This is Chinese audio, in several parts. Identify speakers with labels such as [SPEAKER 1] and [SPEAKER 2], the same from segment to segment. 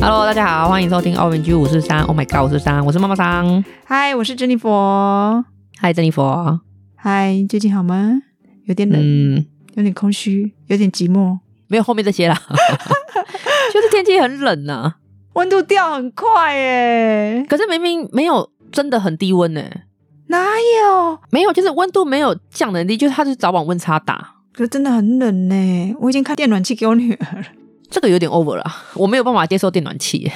[SPEAKER 1] Hello，大家好，欢迎收听 Orange 五四三。Oh my god，五四三，我是妈妈桑。
[SPEAKER 2] 嗨，我是珍妮佛。
[SPEAKER 1] 嗨，珍妮佛。
[SPEAKER 2] 嗨，最近好吗？有点冷，
[SPEAKER 1] 嗯，
[SPEAKER 2] 有点空虚，有点寂寞，
[SPEAKER 1] 没有后面这 些啦，就是天气很冷呐、啊
[SPEAKER 2] 温度掉很快耶。
[SPEAKER 1] 可是明明没有真的很低温呢、
[SPEAKER 2] 哪有？
[SPEAKER 1] 没有，就是温度没有降能力，就是它是早晚温差大，
[SPEAKER 2] 可是真的很冷呢。我已经开电暖气给我女儿 了。
[SPEAKER 1] 这个有点 over 了，我没有办法接受电暖气。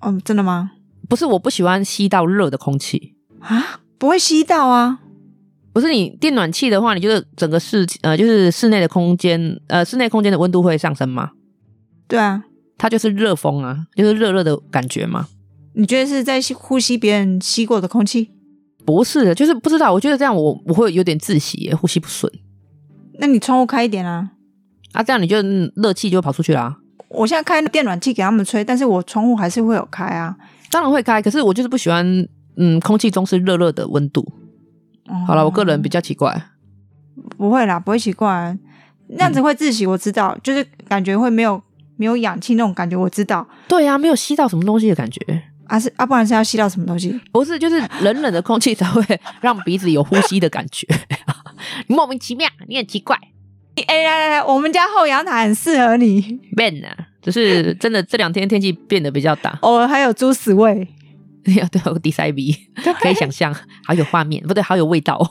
[SPEAKER 2] 哦，真的吗？
[SPEAKER 1] 不是我不喜欢吸到热的空气，
[SPEAKER 2] 啊，不会吸到啊。
[SPEAKER 1] 不是你电暖气的话，你就是整个室呃就是室内的空间呃室内空间的温度会上升吗？
[SPEAKER 2] 对啊，
[SPEAKER 1] 它就是热风啊，就是热热的感觉嘛。
[SPEAKER 2] 你觉得是在吸呼吸别人吸过的空气？
[SPEAKER 1] 不是的，就是不知道。我觉得这样我我会有点窒息耶，呼吸不顺
[SPEAKER 2] 那你窗户开一点啊。
[SPEAKER 1] 啊，这样你就嗯热气就会跑出去啦。
[SPEAKER 2] 我现在开电暖气给他们吹，但是我窗户还是会有开啊。
[SPEAKER 1] 当然会开，可是我就是不喜欢嗯空气中是热热的温度。
[SPEAKER 2] 哦
[SPEAKER 1] 好了，我个人比较奇怪，
[SPEAKER 2] 不会啦，不会奇怪、啊那样子会窒息，我知道，就是感觉会没有没有氧气那种感觉，我知道。
[SPEAKER 1] 对呀、没有吸到什么东西的感觉。
[SPEAKER 2] 啊是啊，不然是要吸到什么东西？
[SPEAKER 1] 不是，就是冷冷的空气才会让鼻子有呼吸的感觉。 你莫名其妙，你很奇怪
[SPEAKER 2] 哎、来来来，我们家后阳台很适合 你，
[SPEAKER 1] ，man 啊！只是真的这两天天气变得比较大，
[SPEAKER 2] 偶哦尔还有猪屎味，
[SPEAKER 1] 要对，啊有 D 塞鼻，可以想象，好有画面，不对，好有味道、哦。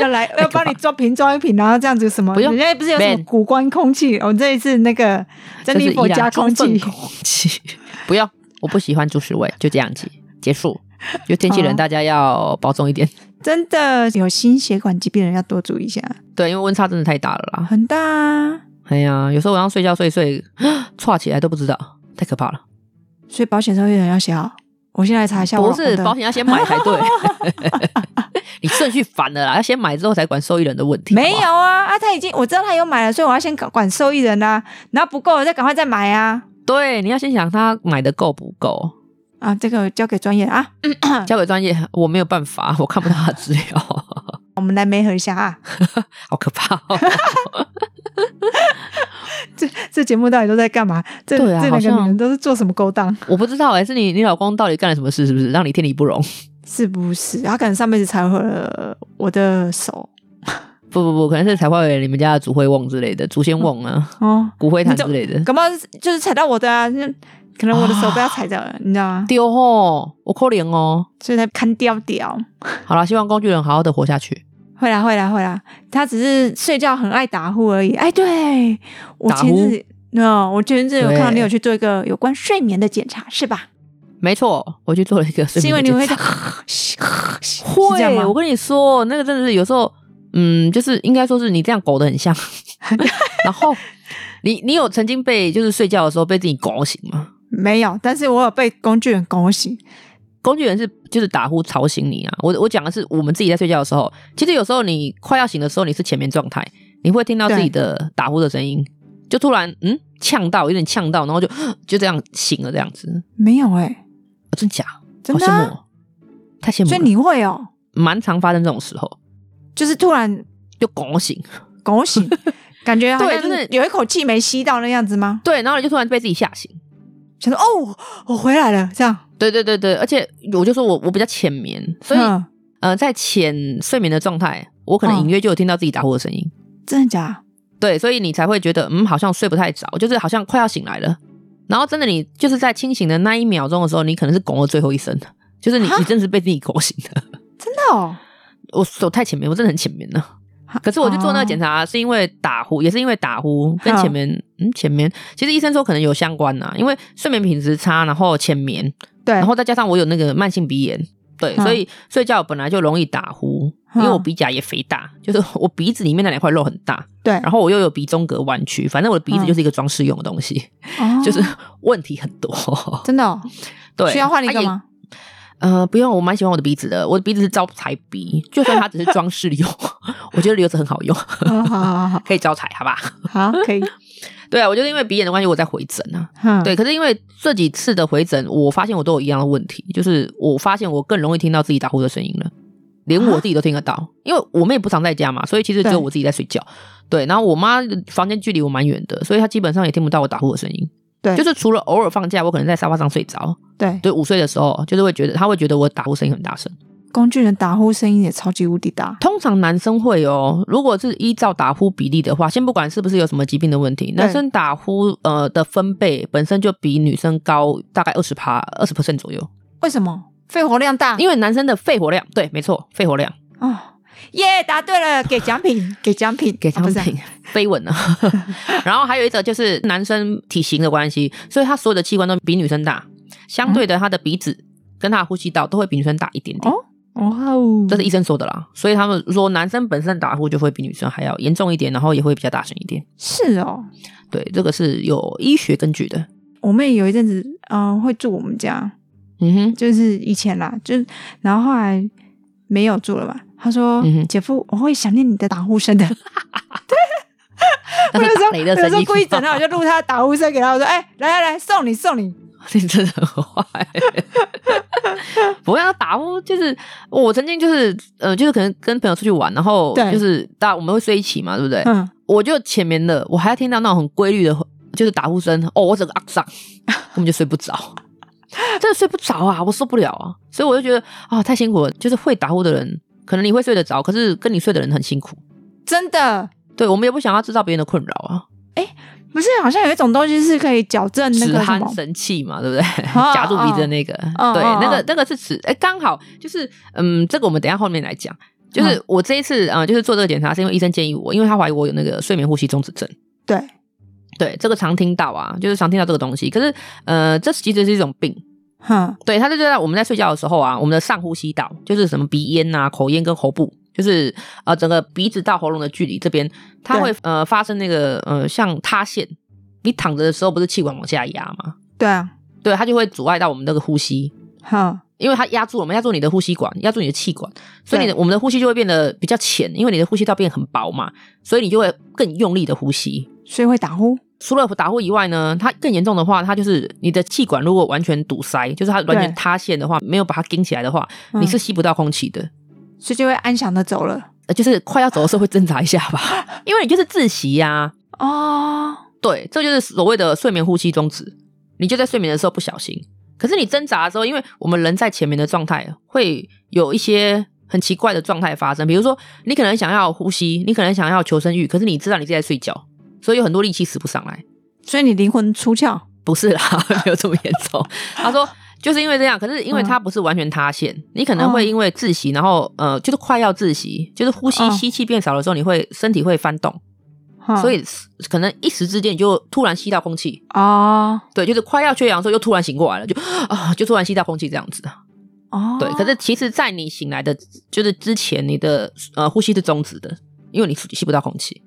[SPEAKER 2] 要 来要帮你装瓶装一瓶，然后这样子什么？
[SPEAKER 1] 不用
[SPEAKER 2] 人家不是有什么
[SPEAKER 1] Ben
[SPEAKER 2] 古关空气？我们这一次那个
[SPEAKER 1] 这
[SPEAKER 2] 珍妮
[SPEAKER 1] 是
[SPEAKER 2] 佛
[SPEAKER 1] 依然
[SPEAKER 2] 家空
[SPEAKER 1] 中
[SPEAKER 2] 气
[SPEAKER 1] 分，空气不要，我不喜欢猪屎 味，就这样子结束。就天气冷，
[SPEAKER 2] 好啊
[SPEAKER 1] 大家要保重一点。
[SPEAKER 2] 真的有心血管疾病的人要多注意一下，
[SPEAKER 1] 对，因为温差真的太大了啦。
[SPEAKER 2] 很大、啊，
[SPEAKER 1] 哎呀，有时候晚上睡觉睡一睡， 歘起来都不知道，太可怕了。
[SPEAKER 2] 所以保险受益人要写好。我先来查一下我
[SPEAKER 1] 不
[SPEAKER 2] 老公的，
[SPEAKER 1] 是保险要先买才 对，你顺序反了啦，要先买之后才管受益人的问题。好
[SPEAKER 2] 没有
[SPEAKER 1] 不好，
[SPEAKER 2] 啊啊，他已经我知道他有买了，所以我要先管管受益人啊，然后不够了再赶快再买啊
[SPEAKER 1] 对，你要先想他买的够不够，
[SPEAKER 2] 啊，这个交给专业啊，
[SPEAKER 1] 交给专业，我没有办法，我看不到他的资料，好
[SPEAKER 2] 我们来媒合一下 啊。
[SPEAKER 1] 可怕、哦。
[SPEAKER 2] 这这节目到底都在干嘛？这、
[SPEAKER 1] 对啊
[SPEAKER 2] 这两
[SPEAKER 1] 好
[SPEAKER 2] 个
[SPEAKER 1] 像
[SPEAKER 2] 女人都是做什么勾当？
[SPEAKER 1] 我不知道哎、是你你老公到底干了什么事，是不是让你天理不容？
[SPEAKER 2] 是不是？她可能上辈子才会了我的手
[SPEAKER 1] 不不不，可能是才会你们家的祖灰瓮之类的，祖先瓮啊，
[SPEAKER 2] 哦，
[SPEAKER 1] 骨灰坛之类的。
[SPEAKER 2] 搞不好是就是踩到我的啊，那可能我的手被她踩到了，你知道吗？
[SPEAKER 1] 丢吼，我扣脸哦。
[SPEAKER 2] 所以才看掉掉。
[SPEAKER 1] 好啦，希望工具人好好的活下去。
[SPEAKER 2] 会啦会啦会啦，她只是睡觉很爱打呼而已。哎，对我
[SPEAKER 1] 打
[SPEAKER 2] 前阵子。那、我前阵子有看到
[SPEAKER 1] 对
[SPEAKER 2] 你有去做一个有关睡眠的检查，是吧？
[SPEAKER 1] 没错，我去做了一个睡
[SPEAKER 2] 是因为
[SPEAKER 1] 眠的
[SPEAKER 2] 你会
[SPEAKER 1] 检
[SPEAKER 2] 这
[SPEAKER 1] 查
[SPEAKER 2] 样 是这样
[SPEAKER 1] 会，
[SPEAKER 2] 吗
[SPEAKER 1] 我跟你说，那个真的是有时候，嗯，就是应该说是你这样狗的很像。 然后你你有曾经被就是睡觉的时候被自己狗醒吗？
[SPEAKER 2] 没有，但是我有被工具人拱醒，
[SPEAKER 1] 工具人是就是打呼吵醒你啊！我我讲的是我们自己在睡觉的时候，其实有时候你快要醒的时候，你是前面状态，你会听到自己的打呼的声音，就突然嗯呛到，有点呛到，然后就 就这样醒了这样子，
[SPEAKER 2] 没有哎、
[SPEAKER 1] 哦真假？
[SPEAKER 2] 真的、
[SPEAKER 1] 好
[SPEAKER 2] 啊
[SPEAKER 1] 羡慕哦，太羡慕
[SPEAKER 2] 所
[SPEAKER 1] 了。
[SPEAKER 2] 以你会哦，
[SPEAKER 1] 蛮常发生这种时候，
[SPEAKER 2] 就是突然
[SPEAKER 1] 就拱 醒，
[SPEAKER 2] 拱醒，感觉好
[SPEAKER 1] 对
[SPEAKER 2] 像
[SPEAKER 1] 就是
[SPEAKER 2] 有一口气没吸到那样子吗？
[SPEAKER 1] 对，然后你就突然被自己吓醒。
[SPEAKER 2] 想说哦，我回来了，这样，
[SPEAKER 1] 对对对对，而且我就说我我比较浅眠，所以、
[SPEAKER 2] 嗯
[SPEAKER 1] 呃，在浅睡眠的状态，我可能
[SPEAKER 2] 嗯
[SPEAKER 1] 隐约就有听到自己打呼的声音。
[SPEAKER 2] 真的假
[SPEAKER 1] 对，所以你才会觉得，嗯，好像睡不太着，就是好像快要醒来了。然后真的你就是在清醒的那一秒钟的时候，你可能是拱了最后一声，就是你
[SPEAKER 2] 哈
[SPEAKER 1] 你真的是被自己拱醒的。
[SPEAKER 2] 真哦的哦。
[SPEAKER 1] 我手太浅眠，我真的很浅眠了。可是我去做那个检
[SPEAKER 2] 查，
[SPEAKER 1] 查，是因为打呼，也是因为打呼跟
[SPEAKER 2] 哈
[SPEAKER 1] 浅眠，嗯，浅眠其实医生说可能有相关呐、啊因为睡眠品质差，然后浅眠，
[SPEAKER 2] 对，
[SPEAKER 1] 然后再加上我有那个慢性鼻炎，对，
[SPEAKER 2] 哈
[SPEAKER 1] 所以睡觉本来就容易打呼，因
[SPEAKER 2] 哈
[SPEAKER 1] 为我鼻甲也肥大，就是我鼻子里面那两块肉很大，
[SPEAKER 2] 对，
[SPEAKER 1] 然后我又有鼻中隔弯曲，反正我的鼻子
[SPEAKER 2] 嗯
[SPEAKER 1] 就是一个装饰用的东西，
[SPEAKER 2] 哦
[SPEAKER 1] 就是问题很多。
[SPEAKER 2] 真的哦，
[SPEAKER 1] 对，
[SPEAKER 2] 需要换一个
[SPEAKER 1] 啊？
[SPEAKER 2] 吗？
[SPEAKER 1] 也呃，不用，我蛮喜欢我的鼻子的，我的鼻子是招财鼻，就算它只是装饰用， 我觉得留着很好用，
[SPEAKER 2] 哦好好好
[SPEAKER 1] 可以招财，好吧？
[SPEAKER 2] 好，可以，
[SPEAKER 1] 对啊，我就是因为鼻炎的关系，我在回诊啊。
[SPEAKER 2] 嗯，
[SPEAKER 1] 对，可是因为这几次的回诊，我发现我都有一样的问题，就是我发现我更容易听到自己打呼的声音了，连我自己都听得
[SPEAKER 2] 啊
[SPEAKER 1] 到，因为我妹不常在家嘛，所以其实只有
[SPEAKER 2] 嗯
[SPEAKER 1] 我自己在睡觉。对，然后我妈房间距离我蛮远的，所以她基本上也听不到我打呼的声音。
[SPEAKER 2] 对
[SPEAKER 1] 就是除了偶尔放假，我可能在沙发上睡着。
[SPEAKER 2] 对，
[SPEAKER 1] 对，午睡的时候，就是会觉得他会觉得我打呼声音很大声。
[SPEAKER 2] 工具人打呼声音也超级无敌大，
[SPEAKER 1] 通常男生会哦，如果是依照打呼比例的话，先不管是不是有什么疾病的问题，男生打呼呃的分贝本身就比女生高大概二十趴二十 percent 左右，
[SPEAKER 2] 为什么？肺活量大，
[SPEAKER 1] 因为男生的肺活量对，没错，肺活量
[SPEAKER 2] 哦，耶，答对了，给奖 品，给奖品，
[SPEAKER 1] 给他
[SPEAKER 2] 啊
[SPEAKER 1] 们
[SPEAKER 2] 不是
[SPEAKER 1] 听 飞吻啊。然后还有一则就是男生体型的关系，所以他所有的器官都比女生大，相对的他的鼻子跟他的呼吸道都会比女生大一点点。
[SPEAKER 2] 哇哦，
[SPEAKER 1] 这是医生说的啦，所以他们说男生本身打呼就会比女生还要严重一点，然后也会比较大声一点。
[SPEAKER 2] 是哦，
[SPEAKER 1] 对，这个是有医学根据的。
[SPEAKER 2] 我妹有一阵子，嗯、会住我们家，
[SPEAKER 1] 嗯哼，
[SPEAKER 2] 就是以前啦，就然后后来没有住了嘛。她说：“
[SPEAKER 1] 嗯哼
[SPEAKER 2] 姐夫，我会想念你的打呼声的。”
[SPEAKER 1] 但
[SPEAKER 2] 我
[SPEAKER 1] 是
[SPEAKER 2] 有时
[SPEAKER 1] 打
[SPEAKER 2] 候
[SPEAKER 1] 雷
[SPEAKER 2] 有
[SPEAKER 1] 的声
[SPEAKER 2] 时候
[SPEAKER 1] 音，
[SPEAKER 2] 故意整啊他，我就录他的打呼声给他，我说：“哎、来来来，送你送你。
[SPEAKER 1] 你真的很坏。不会啊，打呼就是我曾经就是呃，就是可能跟朋友出去玩，然后
[SPEAKER 2] 对
[SPEAKER 1] 就是大我们会睡一起嘛，对不对”？
[SPEAKER 2] 嗯，
[SPEAKER 1] 我就前面的，我还要听到那种很规律的，就是打呼声，哦，我整个肮 脏，根本就睡不着，真的睡不着啊，我受不了啊，所以我就觉得啊、太辛苦了。就是会打呼的人，可能你会睡得着，可是跟你睡的人很辛苦。
[SPEAKER 2] 真的
[SPEAKER 1] 对，我们也不想要制造别人的困扰啊，
[SPEAKER 2] 不是，好像有一种东西是可以矫正那
[SPEAKER 1] 止
[SPEAKER 2] 个什
[SPEAKER 1] 鼾
[SPEAKER 2] 么，
[SPEAKER 1] 神器嘛， 对不对？
[SPEAKER 2] 哦
[SPEAKER 1] 夹住鼻子的那个，
[SPEAKER 2] 哦
[SPEAKER 1] 对，
[SPEAKER 2] 哦
[SPEAKER 1] 那个
[SPEAKER 2] 哦
[SPEAKER 1] 那个是指，哎，刚好就是，嗯，这个我们等一下后面来讲。
[SPEAKER 2] 嗯
[SPEAKER 1] 就是我这一次啊、呃就是做这个检查，是因为医生建议我，因为他怀疑我有那个睡眠呼吸中止症。
[SPEAKER 2] 对，
[SPEAKER 1] 对，这个常听到啊，就是常听到这个东西。可是，呃，这其实是一种病。
[SPEAKER 2] 哼，
[SPEAKER 1] 对，它就是在我们在睡觉的时候啊，我们的上呼吸道就是什么鼻咽啊、口咽跟喉部，就是呃整个鼻子到喉咙的距离这边，它
[SPEAKER 2] 对
[SPEAKER 1] 会呃发生那个呃像塌陷。你躺着的时候不是气管往下压吗？
[SPEAKER 2] 对啊，
[SPEAKER 1] 对，它就会阻碍到我们那个呼吸，
[SPEAKER 2] 哼，
[SPEAKER 1] 因为它压住我们，压住你的呼吸管，压住你的气管，所以你的我们的呼吸就会变得比较浅，因为你的呼吸道变很薄嘛，所以你就会更用力的呼吸。
[SPEAKER 2] 所以会打呼，
[SPEAKER 1] 除了打呼以外呢，它更严重的话，它就是你的气管如果完全堵塞，就是它完全
[SPEAKER 2] 对
[SPEAKER 1] 塌陷的话，没有把它顶起来的话，
[SPEAKER 2] 嗯
[SPEAKER 1] 你是吸不到空气的，
[SPEAKER 2] 所以就会安详的走了。
[SPEAKER 1] 呃就是快要走的时候会挣扎一下吧， 因为你就是窒息呀、
[SPEAKER 2] 哦，
[SPEAKER 1] 对，这就是所谓的睡眠呼吸终止，你就在睡眠的时候不小心，可是你挣扎的时候，因为我们人在前面的状态会有一些。很奇怪的状态发生，比如说你可能想要呼吸，你可能想要求生欲，可是你知道你自己在睡觉，所以有很多力气使不上来。
[SPEAKER 2] 所以你灵魂出窍，
[SPEAKER 1] 不是啦， 没有这么严重。他说就是因为这样，可是因为它不是完全塌陷，你可能会因为窒息，然后呃，就是快要窒息，就是呼吸
[SPEAKER 2] 嗯
[SPEAKER 1] 吸气变少的时候，你会身体会翻动，
[SPEAKER 2] 哼
[SPEAKER 1] 所以可能一时之间你就突然吸到空气，
[SPEAKER 2] 哦
[SPEAKER 1] 对，就是快要缺氧的时候又突然醒过来了，就啊，就突然吸到空气这样子。啊
[SPEAKER 2] 哦，
[SPEAKER 1] 对，可是其实，在你醒来的就是之前，你的呃呼吸是终止的，因为你吸不到空气。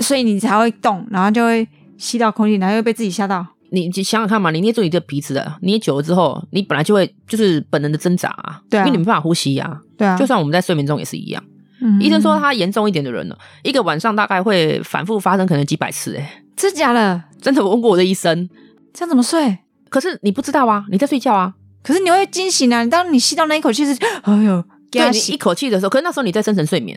[SPEAKER 2] 所以你才会动，然后就会吸到空气，然后又被自己吓到。
[SPEAKER 1] 你就想想看嘛，你捏住你的鼻子了，捏久了之后，你本来就会就是本能的挣扎、啊，
[SPEAKER 2] 对啊
[SPEAKER 1] 因为你没办法呼吸呀、
[SPEAKER 2] 对啊，
[SPEAKER 1] 就算我们在睡眠中也是一样。
[SPEAKER 2] 嗯
[SPEAKER 1] 医生说他严重一点的人呢，哦一个晚上大概会反复发生可能几百次、欸。哎，
[SPEAKER 2] 真假的，
[SPEAKER 1] 真的我问过我的医生，
[SPEAKER 2] 这样怎么睡？
[SPEAKER 1] 可是你不知道啊，你在睡觉啊。
[SPEAKER 2] 可是你会惊醒啊！你当你吸到那一口气是， 哎呦，给
[SPEAKER 1] 对
[SPEAKER 2] 他
[SPEAKER 1] 你
[SPEAKER 2] 醒
[SPEAKER 1] 一口气的时候，可是那时候你在深层睡眠，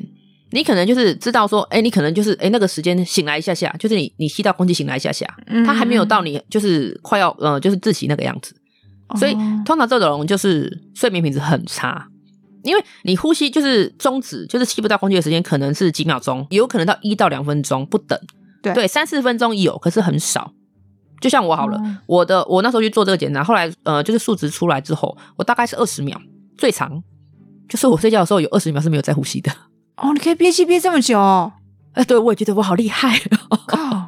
[SPEAKER 1] 你可能就是知道说，哎、你可能就是哎、诶那个时间醒来一下下，就是你你吸到空气醒来一下下，他还没有到你就是快要呃就是窒息那个样子。
[SPEAKER 2] 嗯
[SPEAKER 1] 所以
[SPEAKER 2] 哦
[SPEAKER 1] 通常这种人就是睡眠品质很差，因为你呼吸就是终止，就是吸不到空气的时间可能是几秒钟，也有可能到一到两分钟不等。
[SPEAKER 2] 对
[SPEAKER 1] 三四分钟有，可是很少。就像我好了，
[SPEAKER 2] 哦
[SPEAKER 1] 我的我那时候去做这个检查，后来呃就是数值出来之后，我大概是二十秒最长，就是我睡觉的时候有二十秒是没有在呼吸的。
[SPEAKER 2] 哦，你可以憋气憋这么久、哦，
[SPEAKER 1] 哎，对我也觉得我好厉 害、哦。
[SPEAKER 2] 靠！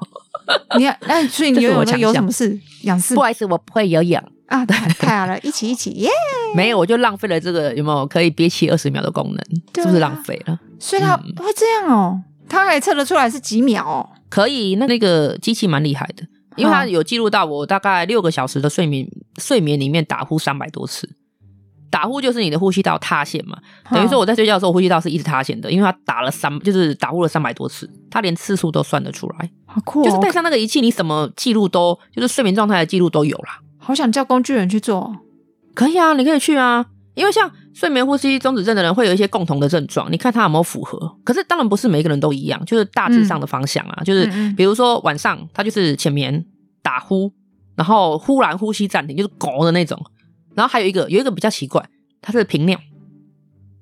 [SPEAKER 2] 你看，那所以
[SPEAKER 1] 这
[SPEAKER 2] 你
[SPEAKER 1] 是
[SPEAKER 2] 游
[SPEAKER 1] 我
[SPEAKER 2] 泳
[SPEAKER 1] 强
[SPEAKER 2] 都有什
[SPEAKER 1] 项
[SPEAKER 2] 么事？仰视
[SPEAKER 1] 不好意思，我不会游泳，
[SPEAKER 2] 啊，太太好了，一起一起耶！
[SPEAKER 1] 没有我就浪费了这个有没有可以憋气二十秒的功能，
[SPEAKER 2] 对啊
[SPEAKER 1] 是不是浪费了？
[SPEAKER 2] 所以他
[SPEAKER 1] 嗯
[SPEAKER 2] 会这样哦，他还测得出来是几秒哦。
[SPEAKER 1] 可以，那那个机器蛮厉害的，因为它有记录到我大概六个小时的睡眠睡眠里面打呼三百多次。打呼就是你的呼吸道塌陷嘛，等于说
[SPEAKER 2] 我
[SPEAKER 1] 我在睡觉的时候呼吸道是一直塌陷的，因为它打了三就是打呼了三百多次，它连次数都算得出来，
[SPEAKER 2] 好酷、哦，
[SPEAKER 1] 就是带上那个仪器，你什么记录都就是睡眠状态的记录都有啦。
[SPEAKER 2] 好想叫工具人去做哦。
[SPEAKER 1] 可以啊，你可以去啊，因为像睡眠呼吸中止症的人会有一些共同的症状，你看他有没有符合？可是当然不是每一个人都一样，就是大致上的方向啊，就是
[SPEAKER 2] 嗯嗯
[SPEAKER 1] 比如说晚上他就是浅眠、打呼，然后忽然呼吸暂停，就是狗的那种。然后还有一个有一个比较奇怪，它是频尿，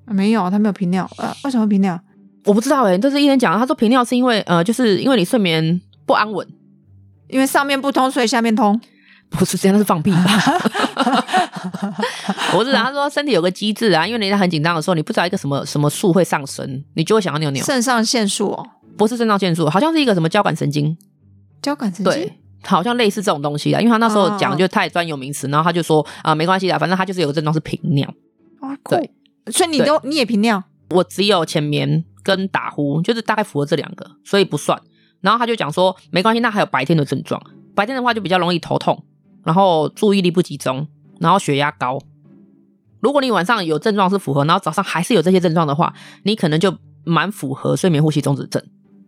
[SPEAKER 2] 没有，他没有频尿，呃，为什么频尿？
[SPEAKER 1] 我不知道哎、欸，这是一人讲，他说频尿是因为呃，就是因为你睡眠不安稳，
[SPEAKER 2] 因为上面不通，所以下面通。
[SPEAKER 1] 不是这样，那是放屁吧？ 我是他说身体有个机制啊，因为你在很紧张的时候，你不知道一个什么什么素会上升，你就会想要扭扭。
[SPEAKER 2] 肾上腺素哦，
[SPEAKER 1] 不是肾上腺素，好像是一个什么交感神经，
[SPEAKER 2] 交感神
[SPEAKER 1] 对
[SPEAKER 2] 经。，
[SPEAKER 1] 好像类似这种东西啊。因为他那时候讲就太专有名词，然后他就说啊、没关系的，反正他就是有个症状是频尿，
[SPEAKER 2] 哦，酷
[SPEAKER 1] 对。
[SPEAKER 2] 所以你都你也频尿，
[SPEAKER 1] 我只有前面跟打呼，就是大概符合这两个，所以不算。然后他就讲说，没关系，那还有白天的症状，白天的话就比较容易头痛，然后注意力不集中，然后血压高。如果你晚上有症状是符合，然后早上还是有这些症状的话，你可能就蛮符合睡眠呼吸中止症。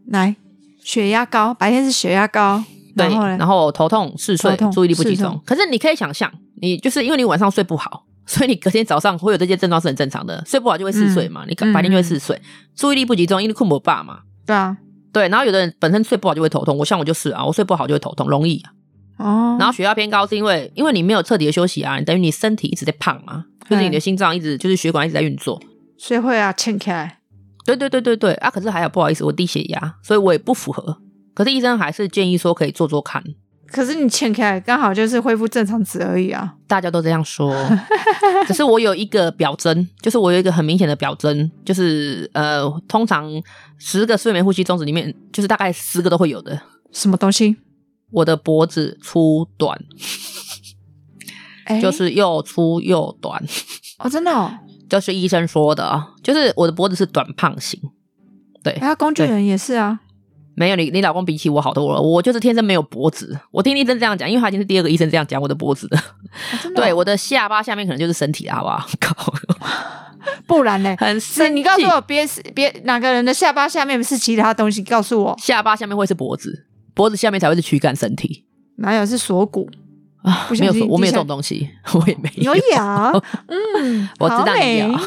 [SPEAKER 2] 来，血压高，白天是血压高，
[SPEAKER 1] 对，
[SPEAKER 2] 然后呢？
[SPEAKER 1] 头痛、嗜睡
[SPEAKER 2] 头、痛
[SPEAKER 1] 注意力不集
[SPEAKER 2] 嗜
[SPEAKER 1] 中
[SPEAKER 2] 睡。
[SPEAKER 1] 可是你可以想象，你就是因为你晚上睡不好， 所以你隔天早上会有这些症状是很正常的。睡不好就会嗜睡嘛，你
[SPEAKER 2] 嗯
[SPEAKER 1] 白天就会嗜睡，注意力不集中，因为困不爸嘛。
[SPEAKER 2] 对啊，
[SPEAKER 1] 对，然后有的人本身睡不好就会头痛，我像我就是啊，我睡不好就会头痛，容易、啊。
[SPEAKER 2] 哦，
[SPEAKER 1] 然后血压偏高是因为因为你没有彻底的休息啊，你等于你身体一直在胖嘛，就是你的心脏一直就是血管一直在运作。
[SPEAKER 2] 所以会啊，欠起来。
[SPEAKER 1] 对对对对对啊！可是还好，不好意思，我低血压，所以我也不符合。可是医生还是建议说可以做做看，
[SPEAKER 2] 可是你欠起来刚好就是恢复正常值而已啊。
[SPEAKER 1] 大家都这样说。只是我有一个表征，就是我有一个很明显的表征，就是呃，通常十个睡眠呼吸中止里面，就是大概十个都会有的。
[SPEAKER 2] 什么东西？
[SPEAKER 1] 我的脖子粗短，
[SPEAKER 2] 哎，
[SPEAKER 1] 就是又粗又短，
[SPEAKER 2] 哦，真的哦，
[SPEAKER 1] 就是医生说的啊，就是我的脖子是短胖型。
[SPEAKER 2] 哎，他工具人也是啊。
[SPEAKER 1] 没有你，你老公比起我好多了，我就是天生没有脖子。我听医生这样讲，因为他已经是第二个医生这样讲我的脖子了。
[SPEAKER 2] 哦真的哦
[SPEAKER 1] 对，我的下巴下面可能就是身体了，好不 好？靠，
[SPEAKER 2] 不 然嘞，
[SPEAKER 1] 很
[SPEAKER 2] 是
[SPEAKER 1] 生
[SPEAKER 2] 你告诉
[SPEAKER 1] 气
[SPEAKER 2] 我别别哪个人的下巴下面是其他东西？告诉我，
[SPEAKER 1] 下巴下面会是脖子，脖子下面才会是躯干身体
[SPEAKER 2] 哪有是锁骨？
[SPEAKER 1] 啊
[SPEAKER 2] 不。行
[SPEAKER 1] 没有
[SPEAKER 2] 不
[SPEAKER 1] 说，
[SPEAKER 2] 行
[SPEAKER 1] 我没有这
[SPEAKER 2] 地下
[SPEAKER 1] 种东西， 我也没有
[SPEAKER 2] 有。 呀，嗯，
[SPEAKER 1] 我知道你有
[SPEAKER 2] 好美。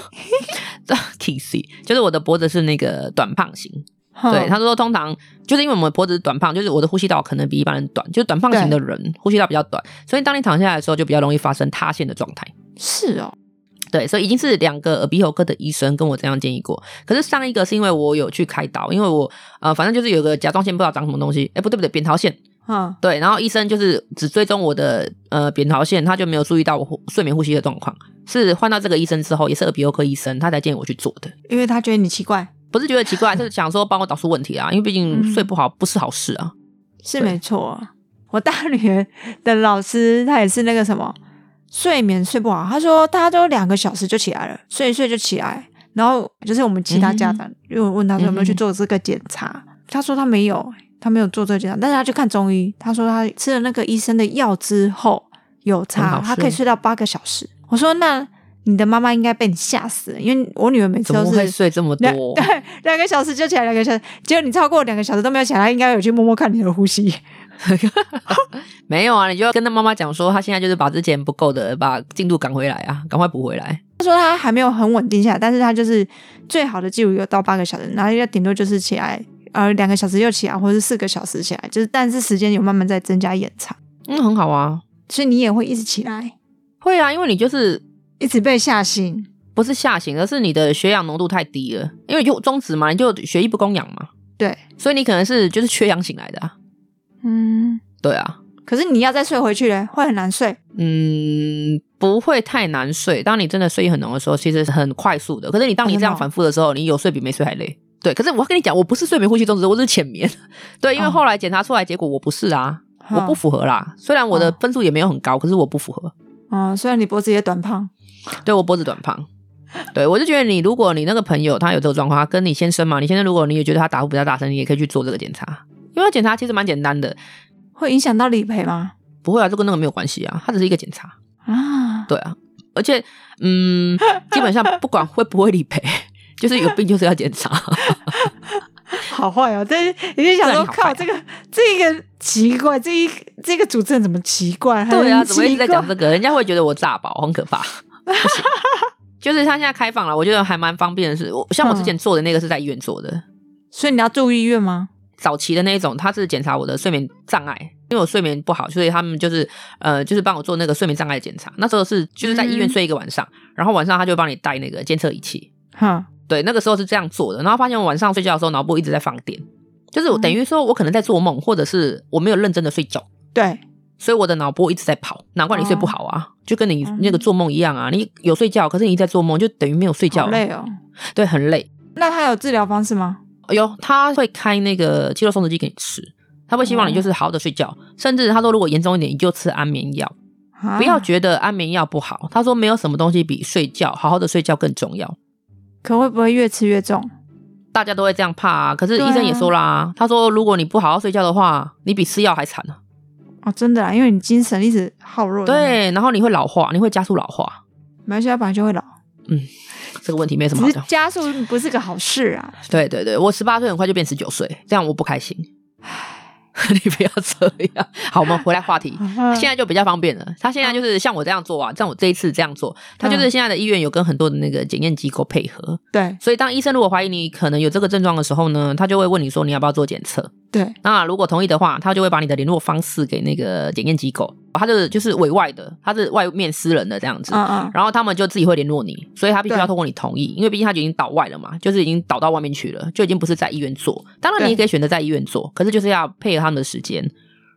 [SPEAKER 1] Kissy，就是我的脖子是那个短胖型。对，
[SPEAKER 2] 哼
[SPEAKER 1] 他说通常就是因为我们脖子短胖，就是我的呼吸道可能比一般人短，就是短胖型的人呼吸道比较短，所以当你躺下来的时候就比较容易发生塌陷的状态。
[SPEAKER 2] 是哦，
[SPEAKER 1] 对，所以已经是两个耳鼻喉科的医生跟我这样建议过。可是上一个是因为我有去开刀，因为我呃反正就是有个甲状腺不知道长什么东西，哎不对不对，扁桃腺，
[SPEAKER 2] 嗯，
[SPEAKER 1] 对，然后医生就是只追踪我的呃扁桃腺，他就没有注意到我呼睡眠呼吸的状况。是换到这个医生之后，也是耳鼻喉科医生，他才建议我去做的。
[SPEAKER 2] 因为他觉得你奇怪，
[SPEAKER 1] 不是觉得奇怪，就是想说帮我找出问题啊，因为毕竟
[SPEAKER 2] 嗯
[SPEAKER 1] 睡不好不是好事啊。
[SPEAKER 2] 是
[SPEAKER 1] 对
[SPEAKER 2] 没错啊。我大女儿的老师，她也是那个什么，睡眠睡不好。她说她都两个小时就起来了，睡一睡就起来。然后就是我们其他家长，因为我问她说有没有
[SPEAKER 1] 嗯
[SPEAKER 2] 去
[SPEAKER 1] 嗯哼
[SPEAKER 2] 做这个检查，她说她没有，她没有做这个检查，但是她去看中医，她说她吃了那个医生的药之后有
[SPEAKER 1] 很
[SPEAKER 2] 差
[SPEAKER 1] 好，
[SPEAKER 2] 她可以
[SPEAKER 1] 睡
[SPEAKER 2] 睡到八个小时。我说那你的妈妈应该被你吓死了，因为我女儿每次
[SPEAKER 1] 怎
[SPEAKER 2] 都
[SPEAKER 1] 么
[SPEAKER 2] 是
[SPEAKER 1] 会睡这么
[SPEAKER 2] 两
[SPEAKER 1] 多？
[SPEAKER 2] 对两个小时就起来，两个小时，结果你超过两个小时都没有起来，他应该有去摸摸看你的呼吸。
[SPEAKER 1] 没有啊，你就跟他妈妈讲说，他现在就是把之前不够的把进度赶回来啊，赶快补回来。
[SPEAKER 2] 他说他还没有很稳定下来，但是他就是最好的记录有到八个小时，然后要顶多就是起来，呃，两个小时又起来，或者是四个小时起来，就是但是时间有慢慢在增加延长，
[SPEAKER 1] 嗯，很好啊，
[SPEAKER 2] 所以你也会一直起来，
[SPEAKER 1] 会啊，因为你就是
[SPEAKER 2] 一直被吓醒。
[SPEAKER 1] 不是下行，而是你的血氧浓度太低了，因为你就中止嘛，你就血液不供氧嘛，
[SPEAKER 2] 对，
[SPEAKER 1] 所以你可能是就是缺氧醒来的啊。
[SPEAKER 2] 嗯，
[SPEAKER 1] 对啊，
[SPEAKER 2] 可是你要再睡回去嘞，会很难睡。
[SPEAKER 1] 嗯，不会太难睡。当你真的睡意很浓的时候，其实是很快速的。可是你当你
[SPEAKER 2] 哦真
[SPEAKER 1] 这
[SPEAKER 2] 的哦
[SPEAKER 1] 样反复的时候，你有睡比没睡还累。对，可是我要跟你讲，我不是睡眠呼吸中止，我只是浅眠。 对，因为
[SPEAKER 2] 哦
[SPEAKER 1] 后来检查出来结果我不是啊，我不
[SPEAKER 2] 哦，
[SPEAKER 1] 符合啦。虽然我的
[SPEAKER 2] 哦
[SPEAKER 1] 分数也没有很高，可是我不符合。
[SPEAKER 2] 嗯，虽然你脖子也短胖，
[SPEAKER 1] 对我脖子短胖。对，我就觉得你，如果你那个朋友他有这个状况，他跟你先生嘛，你先生如果你也觉得他打呼比较大声，你也可以去做这个检查，因为检查其实蛮简单的，
[SPEAKER 2] 会影响到理赔吗？
[SPEAKER 1] 不会啊，这跟那个没有关系啊，它只是一个检查，
[SPEAKER 2] 啊，
[SPEAKER 1] 对啊，而且嗯，基本上不管会不会理赔，就是有病就是要检查，
[SPEAKER 2] 好坏哦，但是你就想
[SPEAKER 1] 对
[SPEAKER 2] 说，
[SPEAKER 1] 你好坏啊
[SPEAKER 2] 靠，这个这个奇怪，这一这个主持人怎么奇怪？
[SPEAKER 1] 对啊，
[SPEAKER 2] 很
[SPEAKER 1] 怎么一直在
[SPEAKER 2] 奇怪
[SPEAKER 1] 讲这个？人家会觉得我炸宝，很 可怕。不行就是他现在开放了，我觉得还蛮方便的是，我像我之前做的那个是在医院做的，
[SPEAKER 2] 所以你要住医院吗？
[SPEAKER 1] 早期的那一种，他是检查我的睡眠障碍，因为我睡眠不好，所以他们就是呃，就是帮我做那个睡眠障碍检查。那时候是就是在医院睡一个晚上，然后晚上他就帮你带那个监测仪器。
[SPEAKER 2] 哼，
[SPEAKER 1] 对，那个时候是这样做的。然后发现我晚上睡觉的时候，脑部一直在放电，就是我等于说我可能在做梦，或者是我没有认真的睡觉。
[SPEAKER 2] 对，
[SPEAKER 1] 所以我的脑波一直在跑，难怪你睡不好啊，
[SPEAKER 2] 嗯
[SPEAKER 1] 就跟你那个做梦一样啊，你有睡觉，可是你一直在做梦，就等于没有睡觉
[SPEAKER 2] 好，累哦。
[SPEAKER 1] 对，很累。
[SPEAKER 2] 那他有治疗方式吗？
[SPEAKER 1] 哎呦，他会开那个肌肉松弛剂给你吃，他会希
[SPEAKER 2] 哦
[SPEAKER 1] 望你就是好好的睡觉，甚至他说如果严重一点，你就吃安眠药，
[SPEAKER 2] 啊
[SPEAKER 1] 不要觉得安眠药不好，他说没有什么东西比睡觉好好的睡觉更重要。
[SPEAKER 2] 可会不会越吃越重？
[SPEAKER 1] 大家都会这样怕啊，可是
[SPEAKER 2] 对啊
[SPEAKER 1] 医生也说啦、他说如果你不好好睡觉的话，你比吃药还惨啊。
[SPEAKER 2] 哦，真的啦，因为你精神一直耗弱。，
[SPEAKER 1] 对，然后你会老化，你会加速老化，
[SPEAKER 2] 马来西亚啊本来就会老，
[SPEAKER 1] 这个问题没什么
[SPEAKER 2] 只
[SPEAKER 1] 好
[SPEAKER 2] 是
[SPEAKER 1] 讲。
[SPEAKER 2] 加速不是个好事啊。
[SPEAKER 1] 对对对，我十八岁很快就变十九岁，这样我不开心。 你不要这样。好，我们回来话题。
[SPEAKER 2] 嗯
[SPEAKER 1] 现在就比较方便了，他现在就是像我这样做啊，像我这一次这样做，他就是现在的医院有跟很多的那个检验机构配合，
[SPEAKER 2] 对
[SPEAKER 1] 所以当医生如果怀疑你可能有这个症状的时候呢，他就会问你说你要不要做检测。
[SPEAKER 2] 对，
[SPEAKER 1] 那如果同意的话，他就会把你的联络方式给那个检验机构，他就是就是委外的，他是外面私人的这样子。
[SPEAKER 2] 嗯嗯，
[SPEAKER 1] 然后他们就自己会联络你，所以他必须
[SPEAKER 2] 对
[SPEAKER 1] 要通过你同意，因为毕竟他就已经岛外了嘛，就是已经岛到外面去了，就已经不是在医院做。当然你也
[SPEAKER 2] 对
[SPEAKER 1] 可以选择在医院做，可是就是要配合他们的时间，